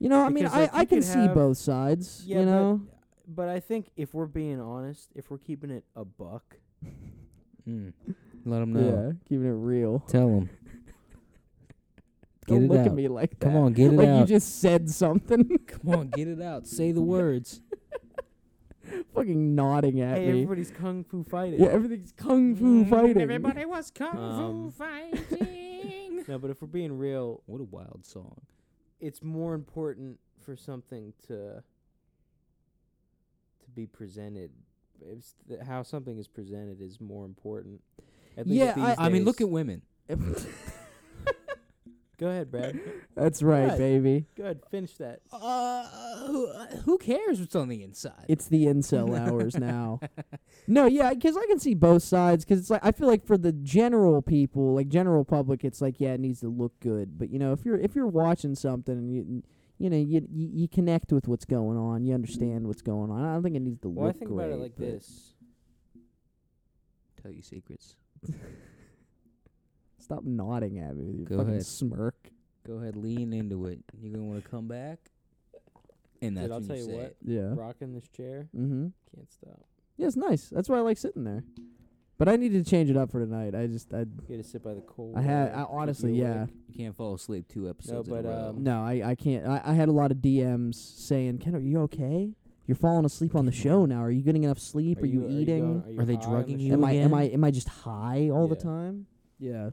You know, I mean,
Because,
I
like,
I
you
can
could
see
have-
both sides.
Yeah,
you
but-
know,
But I think if we're being honest, if we're keeping it a buck,
Mm. Let him know.
yeah, keeping it real.
Tell him.
Don't
Get it
look
out.
at me like that.
Come on, get it
like
out.
you just said something,
Come on, get it out. Say the words.
fucking nodding at
hey,
me.
everybody's kung fu fighting.
yeah, everything's kung fu
Mm,
Mm.
fighting.
was kung
fu Um,
fighting.
No, but if we're being real,
what a wild song.
it's more important for something to to be presented. It's th- how something is presented is more important. At least
Yeah,
these
I-
I mean, look
days.
at women.
Go ahead, Brad.
That's right,
Right.
baby.
Go ahead, finish that.
Uh, who, who cares what's on the inside?
It's the incel hours now. No, yeah, because I can see both sides. Because it's like I feel like for the general people, like general public, it's like yeah, it needs to look good. But you know, if you're if you're watching something and you you know you you, you connect with what's going on, you understand what's going on. I don't think it needs to
Well, I
look.
think
great,
about it like
but-
this.
Tell you secrets.
Stop nodding at me with your
Go
fucking
ahead.
smirk.
Go ahead, lean into it. You're gonna want to come back, and that's
Dude, I'll
when
tell you
say
what.
it.
Yeah.
Rocking this chair,
Mm-hmm.
can't stop.
Yeah, it's nice. That's why I like sitting there. But I needed to change it up for tonight. I just I
You gotta sit by the cold.
I
water,
had I
keep you
honestly yeah.
awake.
You can't fall asleep two episodes
but,
in a row.
um,
No, I, I can't. I, I had a lot of DMs saying, Ken, are you okay? You're falling asleep on the show now. Are you getting enough sleep? Are, you,
you
eating?
going- you
Are they
high on
drugging
the
you
show?
am I am
again?
I am I just high all the
Yeah.
time? Yeah.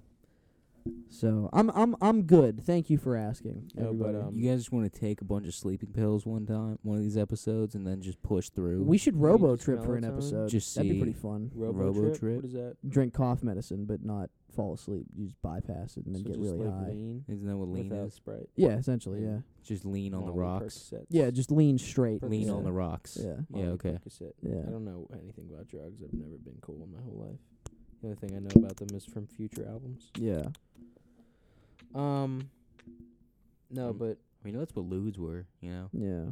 So I'm I'm I'm good. Thank you for asking.
No, but,
everybody.
um,
you guys just want to take a bunch of sleeping pills one time, one of these episodes, and then just push through.
we should
you
robo
just
trip for an
melatonin?
episode.
Just
That'd be pretty
see.
fun.
Robo,
Robo
trip?
trip?
What is that?
Drink cough medicine, but not fall asleep. You just bypass it and then
So
get
just,
really
like,
high.
Lean
Isn't that what lean
without
is?
Sprite.
Yeah, essentially. Yeah.
And
Just lean on the
Molly
rocks.
Percocets.
Yeah, just lean straight.
Percocet.
Lean on
Yeah.
the rocks.
Yeah.
Molly
Yeah, okay.
Percocet. I
Yeah.
don't know anything about drugs. I've never been cool in my whole life. The only thing I know about them is from future albums.
Yeah.
Um, no,
Mm.
Um,
but
I mean, that's what ludes were, you know.
Yeah.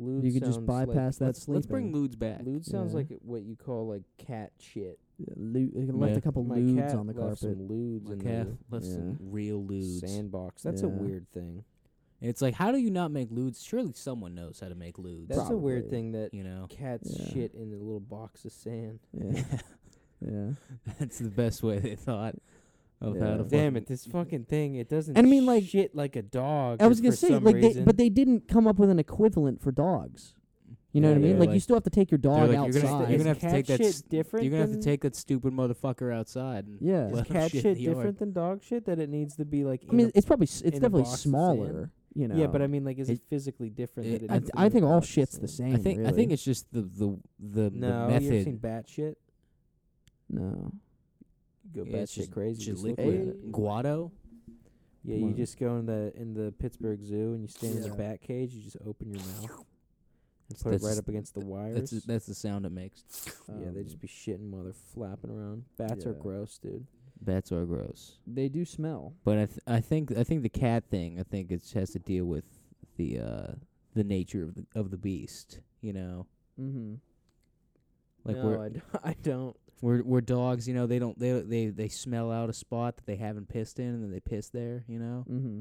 lewd
you could just
sounds like-
bypass that
let's,
sleep.
let's bring ludes back.
Lewd sounds
Yeah.
like what you call like cat shit.
Yeah, loo- they can left
Yeah.
a couple
My
lewds
cat
on the
left
carpet.
Some lewds
My
in
calf
the
left
Yeah.
some real ludes.
sandbox. That's a
Yeah.
weird thing.
And it's like, how do you not make ludes? Surely someone knows how to make ludes.
That's a weird
Probably.
thing that
you know,
cats
Yeah.
shit in a little box of sand.
Yeah, yeah.
that's the best way they thought of how to.
Yeah.
Damn
fucking-
it! This fucking thing. It doesn't.
And I mean, like-
shit like a dog.
I was
for
gonna say
some
like, they,
reason.
but they didn't come up with an equivalent for dogs. You know
Yeah,
what I mean?
they're
Like, you
like-
still have to take your dog
like, you're
outside.
gonna-
Is-
you're
is
gonna have to
cat
take that
shit
s-
different.
You're gonna have to
than-
take that stupid motherfucker outside. And
yeah,
let
Is
him
cat
shit in
shit
the yard.
different than dog shit that it needs to be like?
I mean, it's probably s
in
it's
a
definitely
box of sand.
smaller. You know.
yeah, but I mean, like, is it,
It-
physically different?
it-
that it
I,
needs
th-
to be
I
in a
think all
box of
shit's the
sand?
same.
I think
Really.
I think it's just the the
No,
the, the
you ever seen
method.
bat shit?
no.
You go
Yeah,
bat
it's
shit
just-
crazy.
just
just look
liquid.
at
Hey.
it.
Guado.
Yeah,
Come
you
on.
just go in the in the Pittsburgh Zoo and you stand in the
Yeah.
bat cage. You just open your mouth and
That's-
put it
that's
right
just-
up against the wires.
That's that's the sound it makes.
yeah, they
Um,
just be shitting while they're flapping around. Bats are
yeah.
gross, dude.
Bats are gross.
they do smell.
But I th- I think I think the cat thing I think it has to deal with the uh the nature of the of the beast. You know,
Mm-hmm.
like
no,
we're
I don't. I don't.
we're we're dogs. You know, they don't they they they smell out a spot that they haven't pissed in and then they piss there. You know,
Mm-hmm.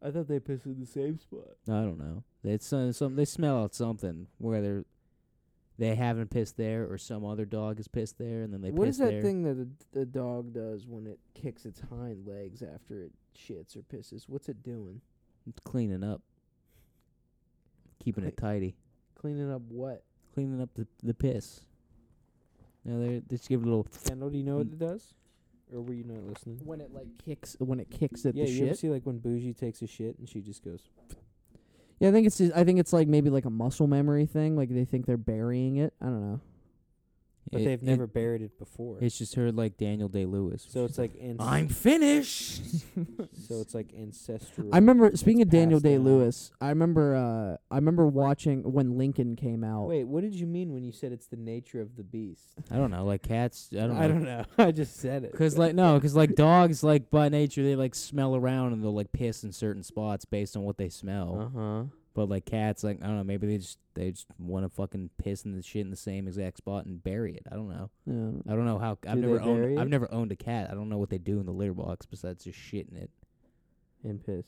I thought they pissed in the same spot.
I don't know. It's some, some they smell out something whether they haven't pissed there or some other dog has pissed there and then they
what
piss
is that
there.
thing that a, a dog does when it kicks its hind legs after it shits or pisses? What's it doing?
It's cleaning up, keeping it tidy,
Cleaning up what?
cleaning up the the piss. Now they they just give it a little.
Kendall, do you know what it does? Or were you not listening?
When it like kicks, when it kicks at
yeah,
the
you ever
shit.
see like when Bougie takes a shit and she just goes,
Yeah, I think it's. Just, I think it's like maybe like a muscle memory thing. Like they think they're burying it. I don't know.
but
It-
they've
it-
never buried it before.
It's just her like Daniel Day Lewis.
so it's like inc-
finished.
so it's like ancestral.
I remember speaking of
It's
Daniel
passed
Day
down.
Lewis. I remember. Uh, I remember watching when Lincoln came out.
Wait, what did you mean when you said it's the nature of the beast?
I don't know, like cats. I don't.
I don't know. I just said it.
Cause like no, cause like dogs, like by nature, they like smell around and they'll like piss in certain spots based on what they smell.
Uh huh.
But like cats, like I don't know, maybe they just they just want to fucking piss in the shit in the same exact spot and bury it. I don't know.
Yeah, I don't know.
I don't know how. I've
Do they
never
bury
owned.
it?
I've never owned a cat. I don't know what they do in the litter box besides just shit in it.
And piss.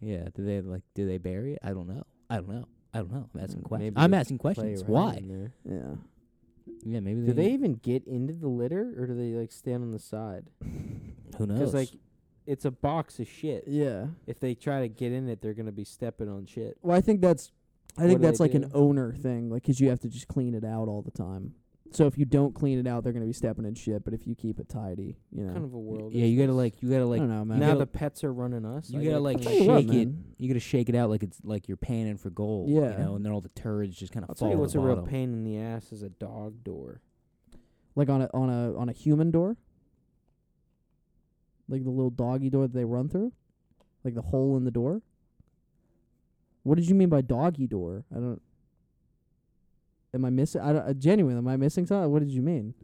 Yeah. Do they like? Do they bury it? I don't know. I don't know. I don't know. I'm asking
Mm,
questions.
maybe
I'm
they
asking
Play
questions.
around
Why?
in there.
yeah.
Yeah. Maybe
Do they even get into the litter, or do they like stand on the side?
Who knows?
Because like, it's a box of shit.
Yeah.
If they try to get in it, they're gonna be stepping on shit.
Well, I think that's. I
What
think
do they
that's like an
do?
owner thing. Like, 'cause you have to just clean it out all the time. So if you don't clean it out, they're gonna be stepping in shit. But if you keep it tidy, you know.
Kind of a world.
yeah,
is
you gotta
this?
like. You gotta
I
like.
don't know, man.
now
gotta-
the pets are running us.
You
I
gotta, like,
clean
Tell you what,
shake it.
man.
you gotta shake it out like it's like you're panning for gold.
Yeah.
You know, and then all the turds just kind
I'll
of
tell
Tell
fall
you
to
what's
the
a real
bottom.
pain in the ass is a dog door.
Like on a on a on a human door. Like the little doggy door that they run through, like the hole in the door. What did you mean by doggy door? I don't. Am I missing? I don't, uh, genuinely, am I missing something? What did you mean?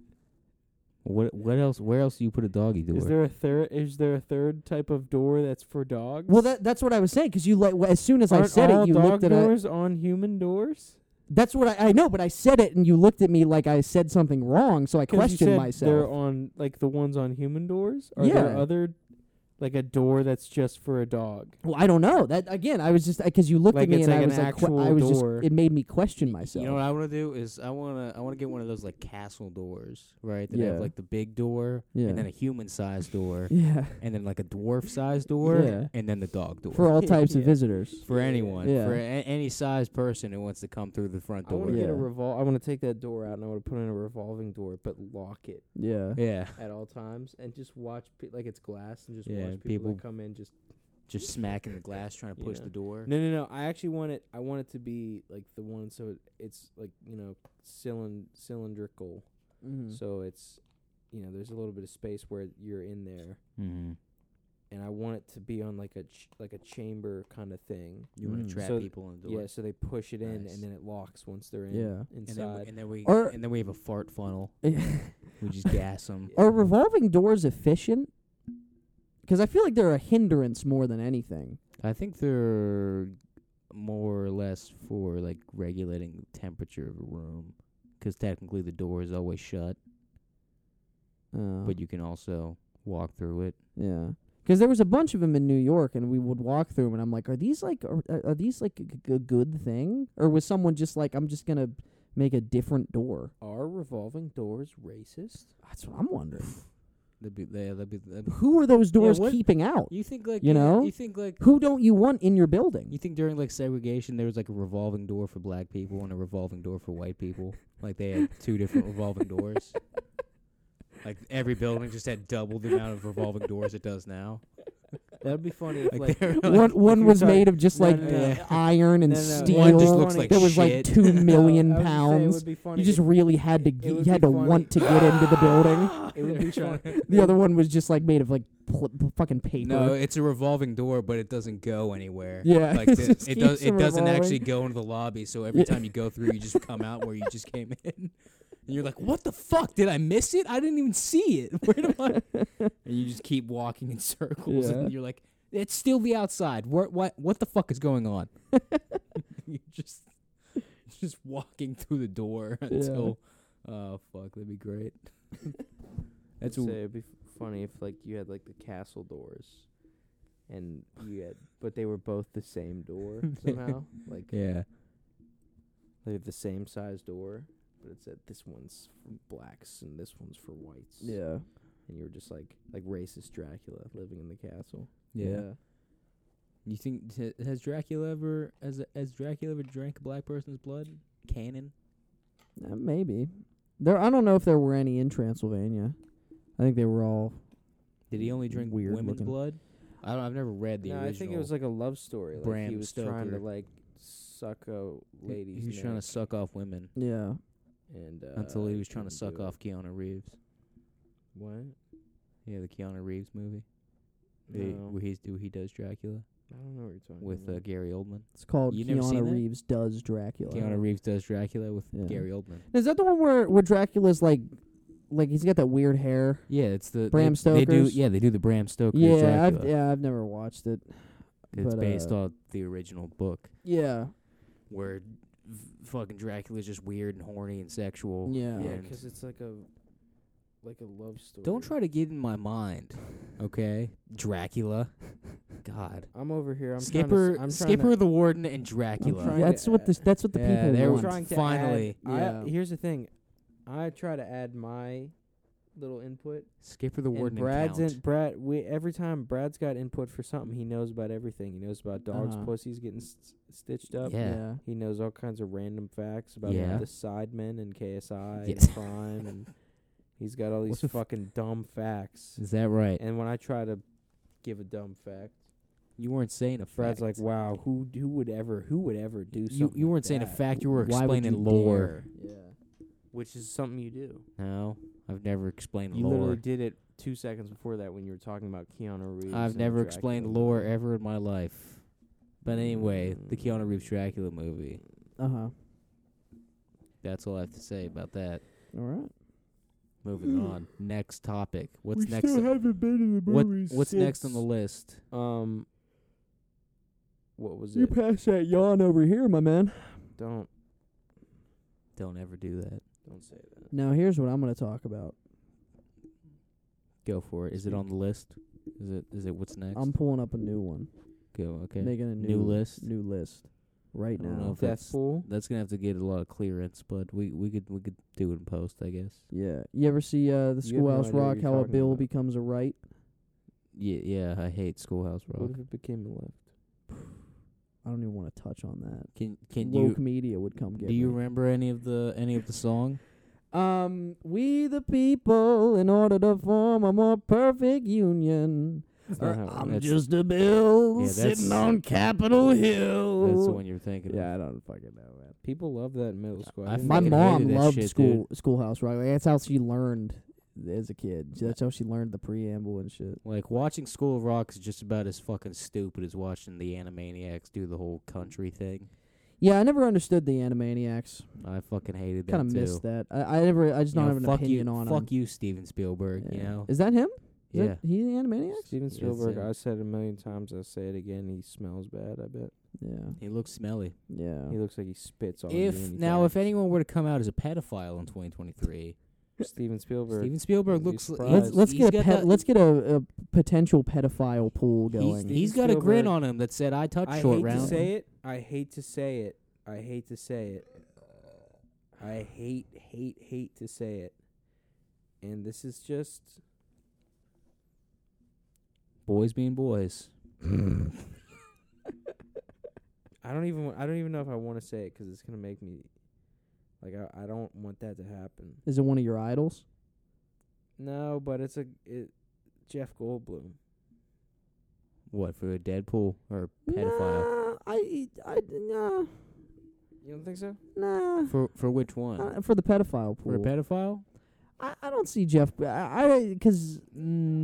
What what else? Where else do you put a doggy door?
Is there a third? Is there a third type of door that's for dogs?
Well, that that's what I was saying because you like well, as soon as I
Aren't
said
all
it, you
dog
looked at I,
doors on human doors.
that's what I, I know, but I said it and you looked at me like I said something wrong, so I
'Cause you
questioned
said They're
myself.
on like the ones on human doors. Are there
Yeah.
other like a door that's just for a dog?
Well, I don't know. That again, I was just because you looked
Like
at me
it's
and
like
I
an
was like, que-
actual
I was
door.
just it made me question myself.
You know what I want to do is I want to I want to get one of those like castle doors, right? That
Yeah.
have like the big door
Yeah.
and then a human sized door
yeah,
and then like a dwarf sized door
Yeah.
and then the dog door.
for all types of
Yeah.
visitors.
For anyone,
Yeah.
for a- any sized person who wants to come through the front
I
door.
want to get a
Yeah.
revol. I want to take that door out and I want to put in a revolving door, but lock it
Yeah,
Yeah,
at all times and just watch pe- like it's glass and just
Yeah,
watch people,
people-
that come in. Just
just smacking the glass, trying to push
Yeah.
the door.
no, no, no. I actually want it. I want it to be like the one so it, it's like you know cylind- cylindrical, so it's you know there's a little bit of space where you're in there.
Mm-hmm.
and I want it to be on like a ch- like a chamber kind of thing.
You want
Mm.
to trap
Mm-hmm. So-
people in the door.
Yeah, so they push it in
Nice.
and then it locks once they're in
Yeah.
And then, we,
inside.
and then we
Or-
and then we have a fart funnel.
yeah.
We just gas 'em.
Are revolving doors efficient? Because I feel like they're a hindrance more than anything.
I think they're more or less for like regulating the temperature of a room. 'Cause technically the door is always shut,
Uh,
but you can also walk through it.
yeah, because there was a bunch of them in New York, and we would walk through 'em and I'm like, are these like are, are- are these like a, g- a good thing, or was someone just like, I'm just gonna make a different door?
Are revolving doors racist?
That's what I'm wondering.
That'd be, yeah, that'd be, that'd be-
Who are those doors
what-
keeping out?
you think like
You
uh,
know?
you think like
Who don't you want in your building?
you think during like segregation there was like a revolving door for black people and a revolving door for white people. Like they had two different revolving doors. Like every building just had double the amount of revolving doors it does now.
That'd be funny if
Like,
like,
they're like
one one
you're
was
talking-
made of just
No,
like
no,
no.
iron and
No, no,
steel.
one just looks like
there was like
shit.
two million
No, I was gonna say
pounds.
It would be funny.
You just
if-
really had to
it
g- you
would
had
be
to
funny.
want to get into the building.
it would be funny.
The other one was just like made of like pl- pl- fucking paper.
No, it's a revolving door, but it doesn't go anywhere.
Yeah,
like
it
the-
just
it does.
keeps
It doesn't
revolving.
actually go into the lobby. So every
Yeah.
time you go through, you just come out where you just came in, and you're like, "What the fuck? Did I miss it? I didn't even see it. Where did I?" and you just keep walking in circles,
Yeah.
and you're like, "It's still the outside. What? What? What the fuck is going on?" you just just walking through the door until. Oh fuck, that'd be great. That's
I'd
a-
say it'd be f- funny if like you had like the castle doors, and you had, but they were both the same door somehow. like
yeah.
they have the same size door, but it said this one's for blacks and this one's for whites.
Yeah.
and you were just like like racist Dracula living in the castle.
Yeah. You think t- has Dracula ever has has Dracula ever drank a black person's blood? Canon.
Uh, maybe. There I don't know if there were any in Transylvania. I think they were all
Did he only drink
Weird
women's
looking.
blood? I don't. I've never read the
no,
original.
I think it was like a love story. Like
Bram
he was trying
Stoker.
to like suck a lady's.
He was trying to suck off women
yeah.
and uh,
until he was trying to
couldn't
suck
do it.
off Keanu Reeves.
What?
Yeah, the Keanu Reeves movie. The-
No,
where he's do he does Dracula
I don't know what you're talking
with uh,
about.
Gary Oldman.
It's called
You never seen
Keanu
that?
Reeves does Dracula.
Keanu Reeves does Dracula with
Yeah.
Gary Oldman.
Is that the one where where Dracula's like like he's got that weird hair?
Yeah, it's the
Bram
they, they do
Stoker's?
yeah they do the Bram Stoker
yeah, I've,
Dracula.
yeah, I've never watched it.
It's
but,
based
uh,
off the original book
Yeah.
where v- fucking Dracula's just weird and horny and sexual.
Yeah.
yeah,
and-
'cause it's like a like a love story.
Don't try to get in my mind, okay? Dracula. God.
I'm over here. I'm
Skipper,
Trying to, s- I'm
Skipper
Trying to,
the Warden, and
I'm
trying
Dracula.
to
that's what the that's what the
Yeah,
people
they
I'm
were
want.
trying to
Finally.
Add, I-
Yeah.
here's the thing. I try to add my little input
Skipper the
And
Warden. and
Brad's
Count.
in, Brad. We every time Brad's got input for something, he knows about everything. He knows about dogs,
Uh-huh.
pussies getting st- stitched up.
Yeah.
yeah.
He knows all kinds of random facts about
Yeah.
the Sidemen and KSI
Yes.
and crime, and he's got all
What
these
the f-
fucking dumb facts.
Is that right?
And when I try to give a dumb fact,
You weren't saying a fact.
Brad's like, "Wow, who who would ever who would ever do something?"
you, you
like
weren't saying a
that?"
fact. You were
Why would
explaining
you
lore.
Yeah.
which is something you do.
No, I've never explained
You literally
lore.
did it two seconds before that when you were talking about Keanu Reeves.
I've
and
never
Dracula.
explained lore ever in my life. But anyway, the
Hmm.
Keanu Reeves Dracula movie.
Uh huh. All
That's all I have to say about that.
right.
Moving on. Next topic.
Mm.
What's
we
next?
Still
on-
haven't been to the
What
movies
What's next on the
since-
list?
Um, what was
You
it?
pass that yawn over here, my man.
Don't
Don't ever do that.
don't say that.
Now here's what I'm gonna talk about.
Go for it. Is it on the list? Is it? Is it? What's next?
I'm pulling up a new one,
Go. Okay.
making a new,
New list?
new list, right
I don't know
now.
if that's-
Deathpool.
That's gonna have to get a lot of clearance, but we we could we could do it in post, I guess.
Yeah, you ever see uh, the
You have no
Schoolhouse
idea what
Rock?
you're
How a
talking
bill
about.
becomes a right.
Yeah, yeah. I hate Schoolhouse Rock.
What if it became a left?
I don't even want to touch on that.
Can can
Woke
you
media would come get
do you
me.
remember any of the any of the song?
um, we the people, in order to form a more perfect union.
That's
Or
not how it
I'm
works.
just a bill
Yeah, that's-
sitting on Capitol Hill.
That's the one you're thinking.
yeah, I don't fucking know, man.
People love that middle school.
I
didn't
My
know
fucking
that.
mom
hated that
loved
shit,
school Schoolhouse Rock. Like, that's how she learned as a kid. That's how she learned the preamble and shit.
Of. Like watching School of Rock is just about as fucking stupid as watching the Animaniacs do the whole country thing.
Yeah, I never understood the Animaniacs.
I fucking hated that
Kind of
too.
missed that. I, I never. I just
You
don't
know,
have an
fuck
opinion
you,
on
Fuck
him.
you, Steven Spielberg. You
Yeah.
know.
Is that him? Is
yeah.
that- he the Animaniacs?
Steven
Yes,
Spielberg.
yeah.
I said a million times. I say it again. He smells bad. I bet
Yeah,
He looks smelly.
yeah.
he looks like he spits on you
Oh. If
when he
now, if
talks.
anyone were to come out as a pedophile in 2023,
Steven Spielberg.
Steven Spielberg
You'd be
looks. li-
surprised.
Let's
Guys,
let's
he's
get a
got
pet,
that-
let's get a, a potential pedophile pool
He's,
going.
he's
Steven
got a grin
Spielberg-
on him that said, "I touched
I
short
hate
round."
to say it. I hate to say it. I hate to say it. I hate, hate, hate to say it. And this is just
Boys being boys.
I don't even wa- I don't even know if I want to say it 'cause it's gonna make me like I, I don't want that to happen.
Is it one of your idols?
No, but it's a it, Jeff Goldblum.
What for a Deadpool or a pedophile?
Nah, I I nah
You don't think so?
nah.
For for which one?
Uh, for the pedophile
for a
pool,
pedophile?
I, I don't see Jeff. I because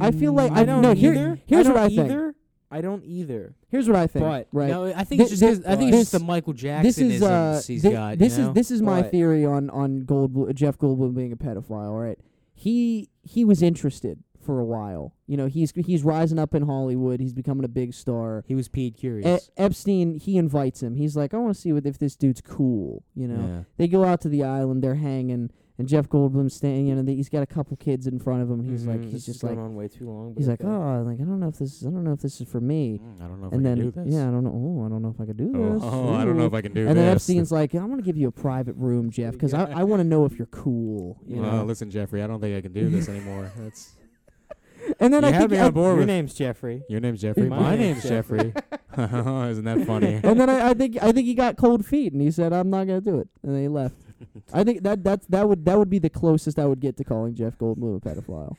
I feel like
Mm,
I don't no, here-
either.
here's
I don't
what I think.
either. I don't either.
here's what I think.
But,
right,
No, I think it's
Th-
just 'cause- I think it's just the
this-
Michael Jacksonisms
this is uh,
he's
thi-
got.
this
you
is
know?
this is my
But-
theory on on Goldblum, Jeff Goldblum being a pedophile. Right, he he was interested for a while. You know, he's he's rising up in Hollywood. He's becoming a big star.
He was Pete
E-
Curious.
Epstein, he invites him. He's like, I want to see what if this dude's cool. You know,
Yeah.
they go out to the island. They're hanging, and Jeff Goldblum's standing, and he's got a couple kids in front of him. And he's
Mhm,
Mm-hmm.
like,
this
he's
has
just like,
gone on way too long. but
he's like,
okay.
oh, like I don't know if this, is, I don't know if this is for me.
Mm, I don't know if
and
I
then,
can do this.
yeah, I don't know. Oh, I don't know if I could do
Oh,
this.
oh, I don't know
Ooh.
if I can do
And
this.
then Epstein's like, I'm gonna give you a private room, Jeff, because I, I want to know if you're cool. You
Well,
know.
listen, Jeffrey, I don't think I can do this anymore. That's
and then
you
I
have
think,
me on
I,
board
Your
with
name's Jeffrey.
your name's Jeffrey.
My
My name's
name's
Jeffrey. Isn't that funny?
and then I, I think I think he got cold feet, and he said, I'm not gonna do it, and then he left. I think that that's that would that would be the closest I would get to calling Jeff Goldblum a pedophile.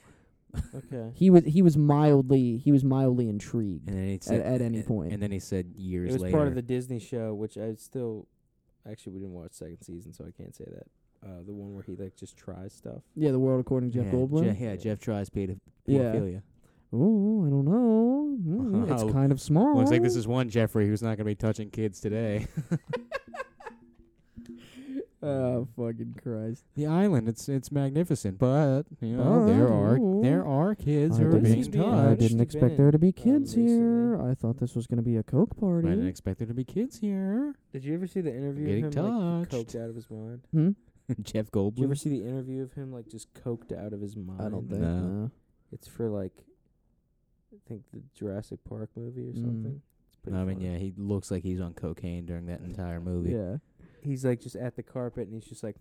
Okay.
He was he was mildly he was mildly intrigued.
And then he said,
at any
and-
point.
And then he said years
It was
later.
part of the Disney show, which I still actually we didn't watch second season, so I can't say that. Uh, the one where he like just tries stuff.
Yeah, the world according to Jeff
yeah,
Goldblum.
Je- yeah, Jeff tries pedo-
Yeah.
pedophilia.
Oh, I don't know. Mm,
Wow.
it's kind of small.
Looks like this is one Jeffrey who's not going to be touching kids today.
Oh fucking Christ!
The island, it's it's magnificent, but you know
But-
there are
Ooh.
there are kids
I
who are
didn't
being
expect- I
I
touched.
didn't
didn't
expect
been
there to be
in, um,
kids here.
recently.
I thought this was gonna be a coke
I
party.
didn't expect there to be kids here.
Did you ever see the interview
Getting
of him like
touched.
coked out of his mind?
Hmm?
Jeff
Did you ever
Goldblum.
see the interview of him like just coked out of his mind?
I don't think.
No.
no.
It's for like I think the Jurassic Park movie or
Mm.
something. It's pretty
I mean,
funny.
yeah, he looks like he's on cocaine during that entire movie.
Yeah.
He's like just at the carpet and he's just like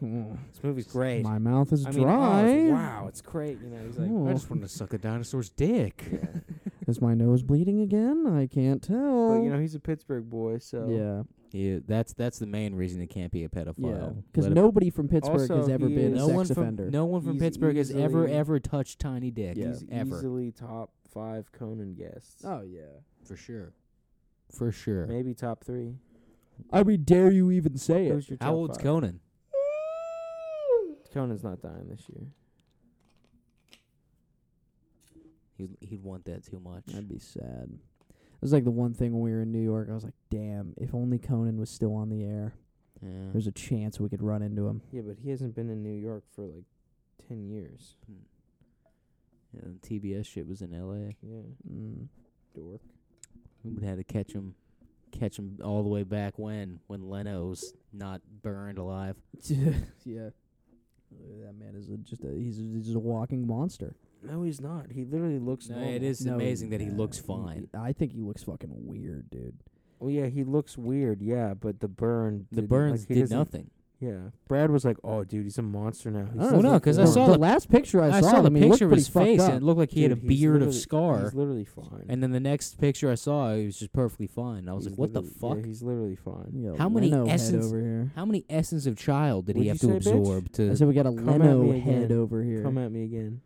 this movie's great.
My mouth is
I mean, oh,
dry.
it's- wow, it's great. You know, he's like
Oh.
I just want to suck a dinosaur's dick.
yeah.
Is my nose bleeding again? I can't tell.
But you know, he's a Pittsburgh boy, so
yeah,
Yeah, that's that's the main reason he can't be a
yeah.
pedophile.
Because
Let him-
nobody from Pittsburgh has
Also,
ever
he
been
is-
a
no
sex
one
offender.
from no one from
He's
Pittsburgh has ever
easily-
ever touched tiny dick.
Yeah.
he's
ever
easily top five Conan guests.
Oh yeah.
for sure, for sure.
Maybe top three.
I mean, dare you even say it?
Who's your
How
top
old's
five?
Conan?
Conan's not dying this year.
He'd he'd want that too much.
That'd be sad. was like the one thing when we were in New York. I was like, damn, if only Conan was still on the air,
Yeah.
there's a chance we could run into him.
Yeah, but he hasn't been in New York for like ten years.
Yeah, and TBS shit was in L.A.
Yeah,
Mm.
dork.
We would have had to catch him, catch him all the way back when when Leno was not burned alive.
yeah. That man is a, just a he's, a, he's just a walking monster.
No, he's not. He literally looks.
No,
normal.
it is
No,
amazing that he
nah,
looks fine.
I think he looks fucking weird, dude.
Well, yeah, he looks weird. Yeah, but the burn.
The
didn't-
burns
like, he
did
doesn't-
nothing.
Yeah, Brad was like, "Oh, dude, he's a monster now." He's
I don't
so
Well, no,
fucking
'cause I
normal."
the,
saw
the
the-
last picture I,
I
saw.
saw the
him, he looked
picture of
pretty
his
fucked
face,
up.
and it looked like he had a
Dude, he's
beard of
literally-
scar.
He's literally fine.
And then the next picture I saw, he was just perfectly fine. I was like,
He's
"What the
literally- yeah,
fuck?
he's literally fine.
You got a
How many
Leno head
essence-
over here?
How many essence of child did he
What'd
have
you
to
say, bitch?
absorb
I
to?"
said we got a
Come at
Leno
me
head
again.
over here.
Come at me again.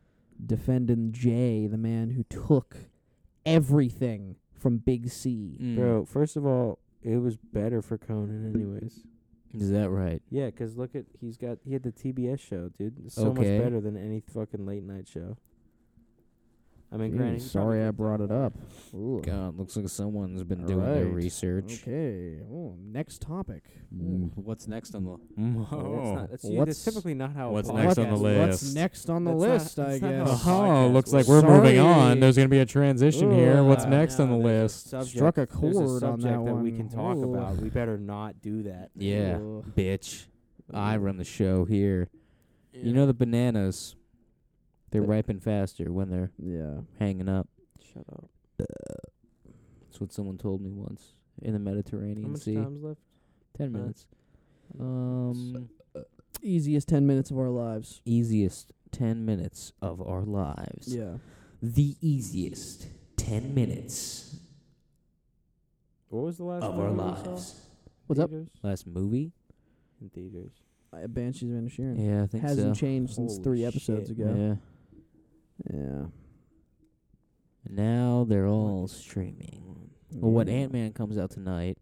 Defending Jay, the man who took everything from Big C.
Mm.
Bro, first of all, it was better for Conan, anyways.
is that right?
Yeah, 'cause look at he's got he had the TBS show, dude. It's so
Okay.
much better than any fucking late night show. I mean,
Gee,
granted, he probably
sorry I
could-
brought it up. Ooh.
God, looks like someone's been
All
doing their
right.
research.
Okay. Oh, next topic.
Mm, What's next on the? Oh.
Yeah, that's, not, that's, you,
What's-
that's typically not how. a
Oh. what's
podcast
next on the
works.
list?
What's next on the
That's
list?
not-
I
that's not how
guess.
a
Oh,
podcast
looks like
works.
we're moving
Sorry.
on. There's going to be a transition here. What's
Ooh,
next on the
no, uh, there's a
list?
subject-
Struck a
there's a
chord on
subject
that
that we
one.
can talk
Ooh.
about. We better not do that.
Yeah,
Ugh.
bitch. I run the show here. You know the bananas. They
Th-
ripen faster when they're
Yeah.
hanging up.
Shut up.
That's what someone told me once in the
How
Mediterranean
much
Sea.
time's left?
Ten
Uh,
minutes. Um,
Easiest ten minutes of our lives.
easiest ten minutes of our lives.
Yeah.
The easiest ten minutes
What was the last
of
movie
our
we saw?
lives.
What's up?
Theaters?
Last movie?
In theaters.
Uh, Banshees of Inisherin.
Yeah, I think
Hasn't
so.
changed since
Holy
three episodes
shit,
ago.
Yeah.
Yeah.
Now they're all streaming. Well, what Ant Man comes out tonight?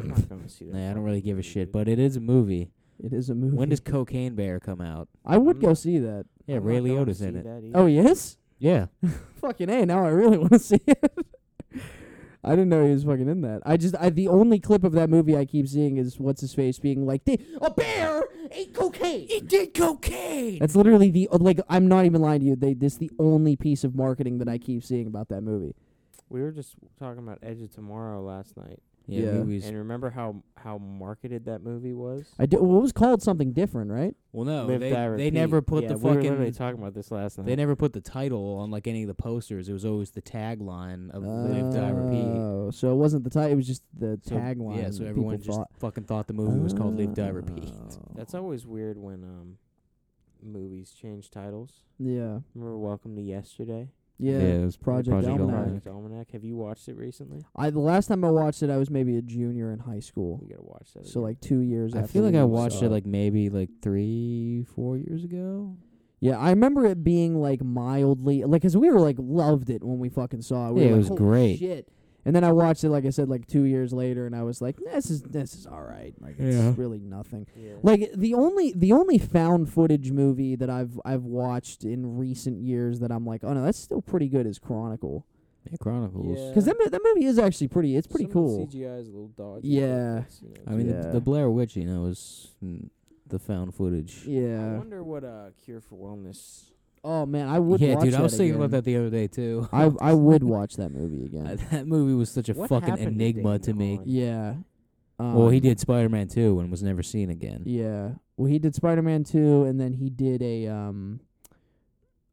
I'm not going to see that.
Nah, I don't really give a shit,
dude.
but it is a movie.
It is a movie.
When does Cocaine Bear come out?
I would
I'm
go
not-
see that.
Yeah,
I'm not
Ray
going to
Liotta's in
see
it.
that either.
Oh, he is?
Mm-hmm. Yeah.
Fucking A, now I really want to see it. I didn't know he was fucking in that. I just, I the only clip of that movie I keep seeing is what's his face being like, "They- a bear ate cocaine.
It did cocaine.
That's literally the uh, like. I'm not even lying to you. They this the only piece of marketing that I keep seeing about that movie.
We were just talking about Edge of Tomorrow last night,
Yeah,
Yeah.
movies.
and remember how how marketed that movie was.
I do, well, it was called something different, right?
well, no,
Live, Die,
they, they
Repeat.
never put
yeah,
the
We were literally
fucking.
talking about this last night.
They never put the title on like any of the posters. It was always the tagline of Live, Die, Repeat.
Oh, so it wasn't the title. It was just the
So-
tagline.
Yeah, so
that
everyone
people
just
thought.
fucking thought the movie was called Live, Die, Repeat.
Oh.
That's always weird when um movies change titles.
Yeah.
Remember Welcome to Yesterday?
Yeah.
it was
Project Almanac.
Project Almanac. Have you watched it recently?
I the last time I watched it, I was maybe a junior in high school.
We gotta watch that.
So
again.
like two years.
I
after
feel like
we
I watched
saw
it like maybe like three, four years ago.
Yeah, I remember it being like mildly like 'cause we were like loved it when we fucking saw it. We
Yeah,
were
it
like,
was
"Holy
great."
Shit. And then I watched it, like I said, like two years later, and I was like, "This is this is all right. Like it's
Yeah.
really nothing."
yeah.
Like the only the only found footage movie that I've I've watched in recent years that I'm like, "Oh no, that's still pretty good." Is Chronicle
Yeah, Chronicles.
Yeah.
because that mo- that movie is actually pretty. It's pretty
Some of the
cool.
CGI is a little dodgy. but
Yeah.
that's, you know,
I mean, the,
Yeah.
the Blair Witch, you know, is mm, the found footage.
I
Yeah.
wonder what uh cure for wellness.
Oh man, I would.
yeah,
watch
dude, I
that
was thinking about
again.
that the other day too.
I I would watch that movie
Uh,
again.
that movie was such a
What
fucking
happened to
enigma
Dane
to me.
Cohen?
Yeah. Um,
Well, he did Spider-Man 2 and was never seen again.
Yeah. Well, he did Spider Man two, and then he did a um.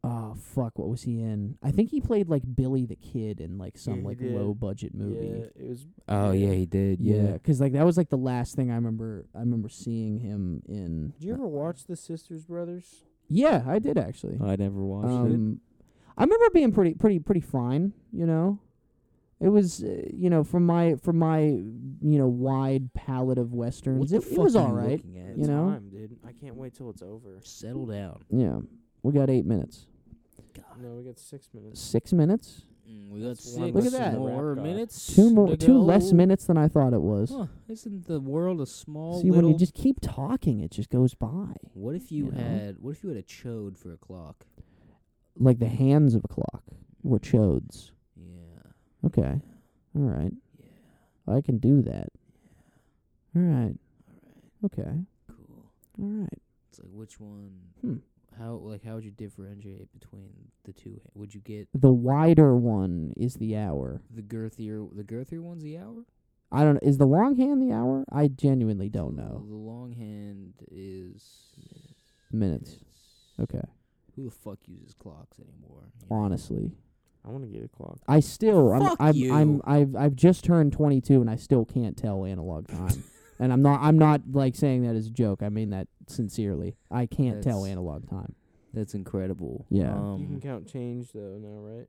Oh fuck! What was he in? I think he played like Billy the Kid in like some
he
like
did.
low budget movie.
Yeah, it was.
Oh yeah, he did. Yeah.
'cause like that was like the last thing I remember. I remember seeing him in.
Did you ever watch The Sisters Brothers?
Yeah, I did actually.
Oh, I never watched it.
Um, I remember being pretty, pretty, pretty fine. You know, it was, uh, you know, from my, from my, you know, wide palette of westerns, it, it was all right.
It's
you know?
time, dude. I can't wait till it's over.
settle down.
Yeah, we got eight minutes,
No, we got six minutes.
six minutes.
Mm, we got
That's
six
one
Look at that.
more
Wrap it up.
minutes.
Two more,
to
two less
go.
minutes than I thought it was.
Huh, isn't the world a small
See, when
little?
you just keep talking, it just goes by
what if you,
you know?
had? What if you had a chode for a clock?
like the hands of a clock were chodes.
Yeah.
Okay, All right. I can do that. All right. Okay.
Cool.
All right.
It's like which one?
Hmm.
How like how would you differentiate between the two? Would you get
The wider one is the hour.
the girthier the girthier one's the hour?
I don't. Is the long hand the hour? I genuinely don't know.
The long hand is
Minutes. Okay.
Who the fuck uses clocks anymore? you know?
Honestly,
I want to get a clock.
I still. I'm.
Fuck
I'm,
you.
I'm. I've. I've just turned 22, and I still can't tell analog time. and I'm not. I'm not like saying that as a joke. I mean that sincerely. I can't tell
That's-
analog time.
That's incredible.
Yeah.
Um,
you can count change though now, right?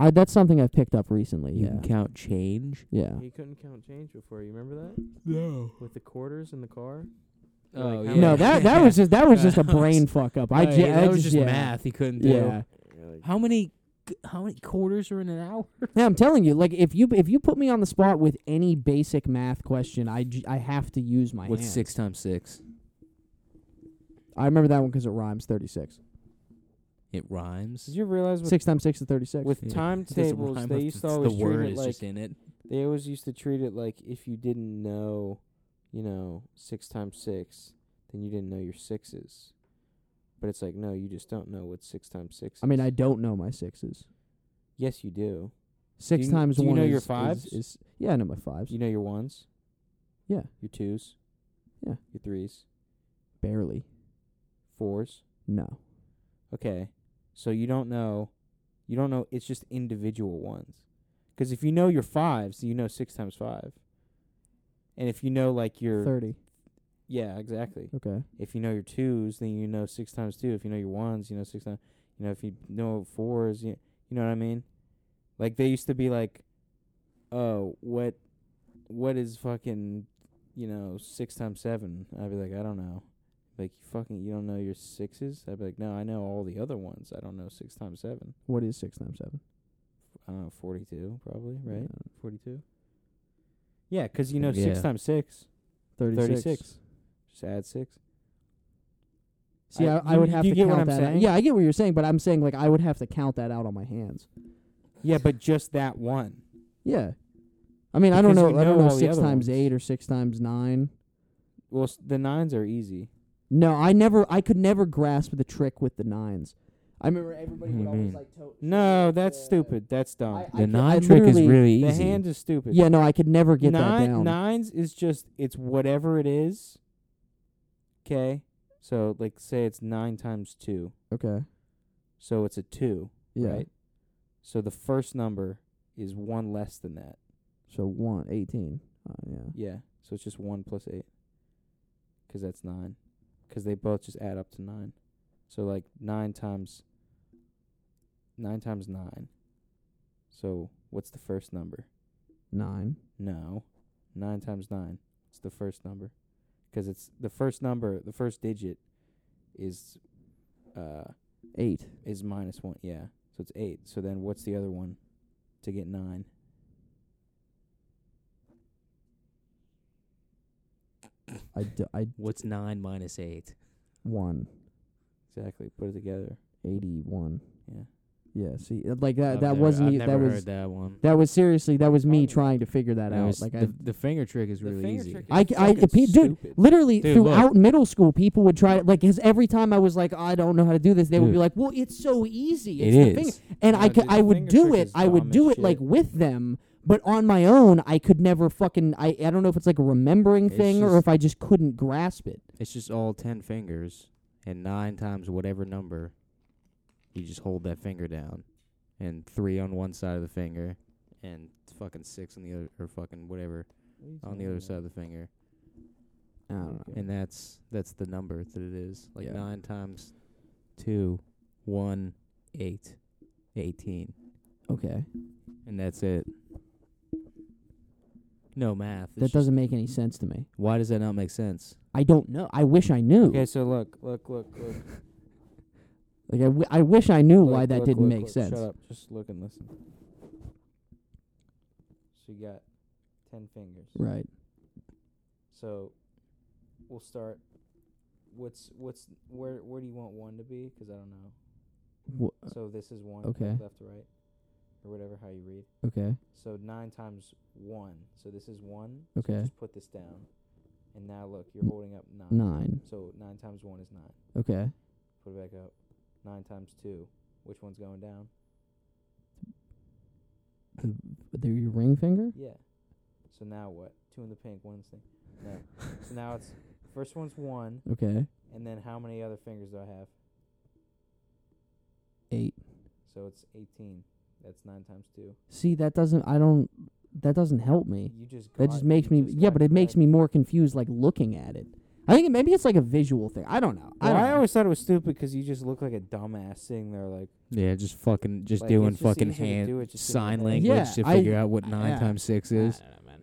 I. That's something I've picked up recently.
you
yeah.
can count change.
yeah.
You couldn't count change before. You remember that
No.
with the quarters in the car?
Oh,
Like, how
yeah.
No, that that was just that was just a
That was-
brain fuck up. I,
Oh,
ju-
yeah,
I
that was
just,
just
yeah.
math. He couldn't do.
Yeah.
You're like,
How many how many quarters are in an hour?
Yeah, I'm telling you, like if you if you put me on the spot with any basic math question, I, j- I have to use my
What's
hand.
six times six?
I remember that one because it rhymes thirty six.
It rhymes.
did you realize with
Six times six is thirty six.
with
Yeah.
timetables they used to always
the
treat
word
it
is
like
just in it.
they always used to treat it like if you didn't know, you know, six times six, then you didn't know your sixes. But it's like no, you just don't know what six times six. Is.
I mean, I don't know my sixes.
yes, you do.
Six
you-
times
do you
one
know
is,
your
is-
fives?
Is, yeah, I know my fives.
You know your ones.
Yeah.
Your twos.
Yeah.
Your threes,
Barely.
fours.
No.
Okay. So you don't know. You don't know. It's just individual ones. Because if you know your fives, you know six times five. And if you know like your
Thirty.
yeah exactly.
Okay.
If you know your twos, then you know six times two. If you know your ones, you know six times. You know if you know fours, you you know what I mean. Like they used to be like, oh, what, what is fucking, you know, six times seven? I'd be like, I don't know. Like you fucking, you don't know your sixes? I'd be like, no, I know all the other ones. I don't know six times seven.
What is six times seven?
I don't know, forty-two probably, right?
Uh,
Forty-two. Yeah, 'cause you know six
Yeah.
times six,
36.
thirty-six. Just add six.
See, I,
I-
I,
you-
would have
you
to
get
count
what I'm
that. Out.
saying?
Yeah, I get what you're saying, but I'm saying like I would have to count that out on my hands.
Yeah, but just that one.
Yeah. I mean, I don't
Because
know.
you
I don't
know
know
all the
six
other
times
ones.
eight or six times nine.
Well, s the nines are easy.
No, I never. I could never grasp the trick with the nines. I remember
What
everybody
do
would
you
always
mean?
like. To-
No, that's
Yeah.
stupid. That's dumb.
I-
The
ca-
nine
I
trick is
literally-
really
the
easy.
hand is stupid.
Yeah, no, I could never get that
Nine-
down.
Nines is just it's whatever it is. Okay, so like say it's nine times two,
Okay.
so it's a two,
Yeah.
right? So the first number is one less than that.
So one, eighteen. Uh, yeah.
Yeah, so it's just one plus eight. 'Cause that's nine. 'Cause they both just add up to nine. So like nine times. Nine times nine. So what's the first number?
Nine.
No. 9 times 9. It's the first number. 'Cause it's the first number, the first digit is uh
Eight.
is minus 1. Yeah. So it's 8. So then what's the other one to get 9?
I, d- I
What's nine minus eight?
one.
Exactly. Put it together.
Eighty one.
Yeah.
Yeah. See, uh, like that.
I've
that
never-
wasn't.
I've
e-
never
that was.
heard that one.
That was seriously. That was me
Probably.
trying to figure that
That
out.
was-
like
the,
I.
the finger trick is
The
really
finger
easy.
trick
I,
It's
I,
fucking
pe- dude,
stupid.
literally
Dude, look.
throughout middle school, people would try like, cause every time I was like, I don't know how to do this, they would be
Dude.
like, well, it's so easy.
It
It's the
is.
finger. and I
No,
could,
dude,
I
the
would
finger
do
trick
it.
is
I would
dumb
do it
as
like
shit.
with them, but on my own, I could never fucking. I, I don't know if it's like a remembering
It's
thing or
just-
if I just couldn't grasp it.
It's just all ten fingers and nine times whatever number. You just hold that finger down, and three on one side of the finger, and fucking six on the other, or fucking whatever on the other side of the finger,
I don't know.
and that's that's the number that it is. Like
Yeah.
nine times two, one, eight, eighteen,
Okay,
and that's it. No math. It's
that
just-
doesn't make any sense to me.
Why does that not make sense?
I don't know. I wish I knew.
Okay, so look, look, look, look.
Like I, w- I wish I knew
look,
why that
look,
didn't
look,
make
look.
sense.
Shut up. Just look and listen. So you got 10 fingers.
Right.
So we'll start what's what's where where do you want 1 to be? 'Cause I don't know.
Wha-
So this is one
Uh, Okay.
left to right. or whatever how you read.
Okay.
So nine times one. So this is one.
Okay.
Just put this down, and now look, you're holding up nine.
Nine.
So nine times one is nine.
Okay.
Put it back up. Nine times two. Which one's going down?
The, the your ring finger.
Yeah. So now what? Two in the pink, one in the thing. No. so now it's first one's one,
Okay.
and then how many other fingers do I have?
Eight.
So it's eighteen. That's nine times two.
See, that doesn't. I don't. That doesn't help me.
You just
That
got-
just
you
makes me.
just
Yeah,
got
but it makes
correct.
me more confused. Like looking at it. I think it, maybe it's like a visual thing. I don't know. I
Well,
don't
I,
know.
always thought it was stupid because you just look like a dumbass sitting there, like
Yeah, just fucking, just
Like,
doing
it's just
fucking
easier to
hand
do it just in your
sign
head.
language
Yeah,
to
I-
figure out what nine
yeah.
times six is.
I don't know, man.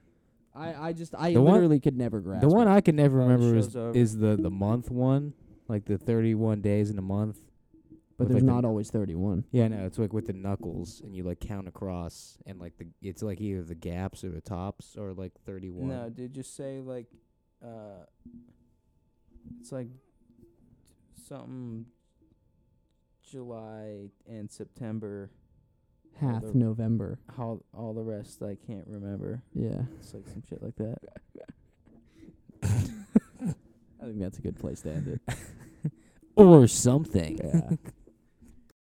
I, I just I
The one-
literally could never grasp.
The one
it.
I can never
Oh, the
remember is
show's over.
is the the month one, like the thirty one days in a month.
but
with,
there's
like, the-
not always thirty-one.
Yeah, no, it's like with the knuckles, and you like count across, and like the it's like either the gaps or the tops or like thirty one.
no, dude, just say like, uh, it's like something July and September.
Half
the-
November.
All all the rest I can't remember.
Yeah,
It's like some shit like that.
I think that's a good place to end it.
or something.
Yeah.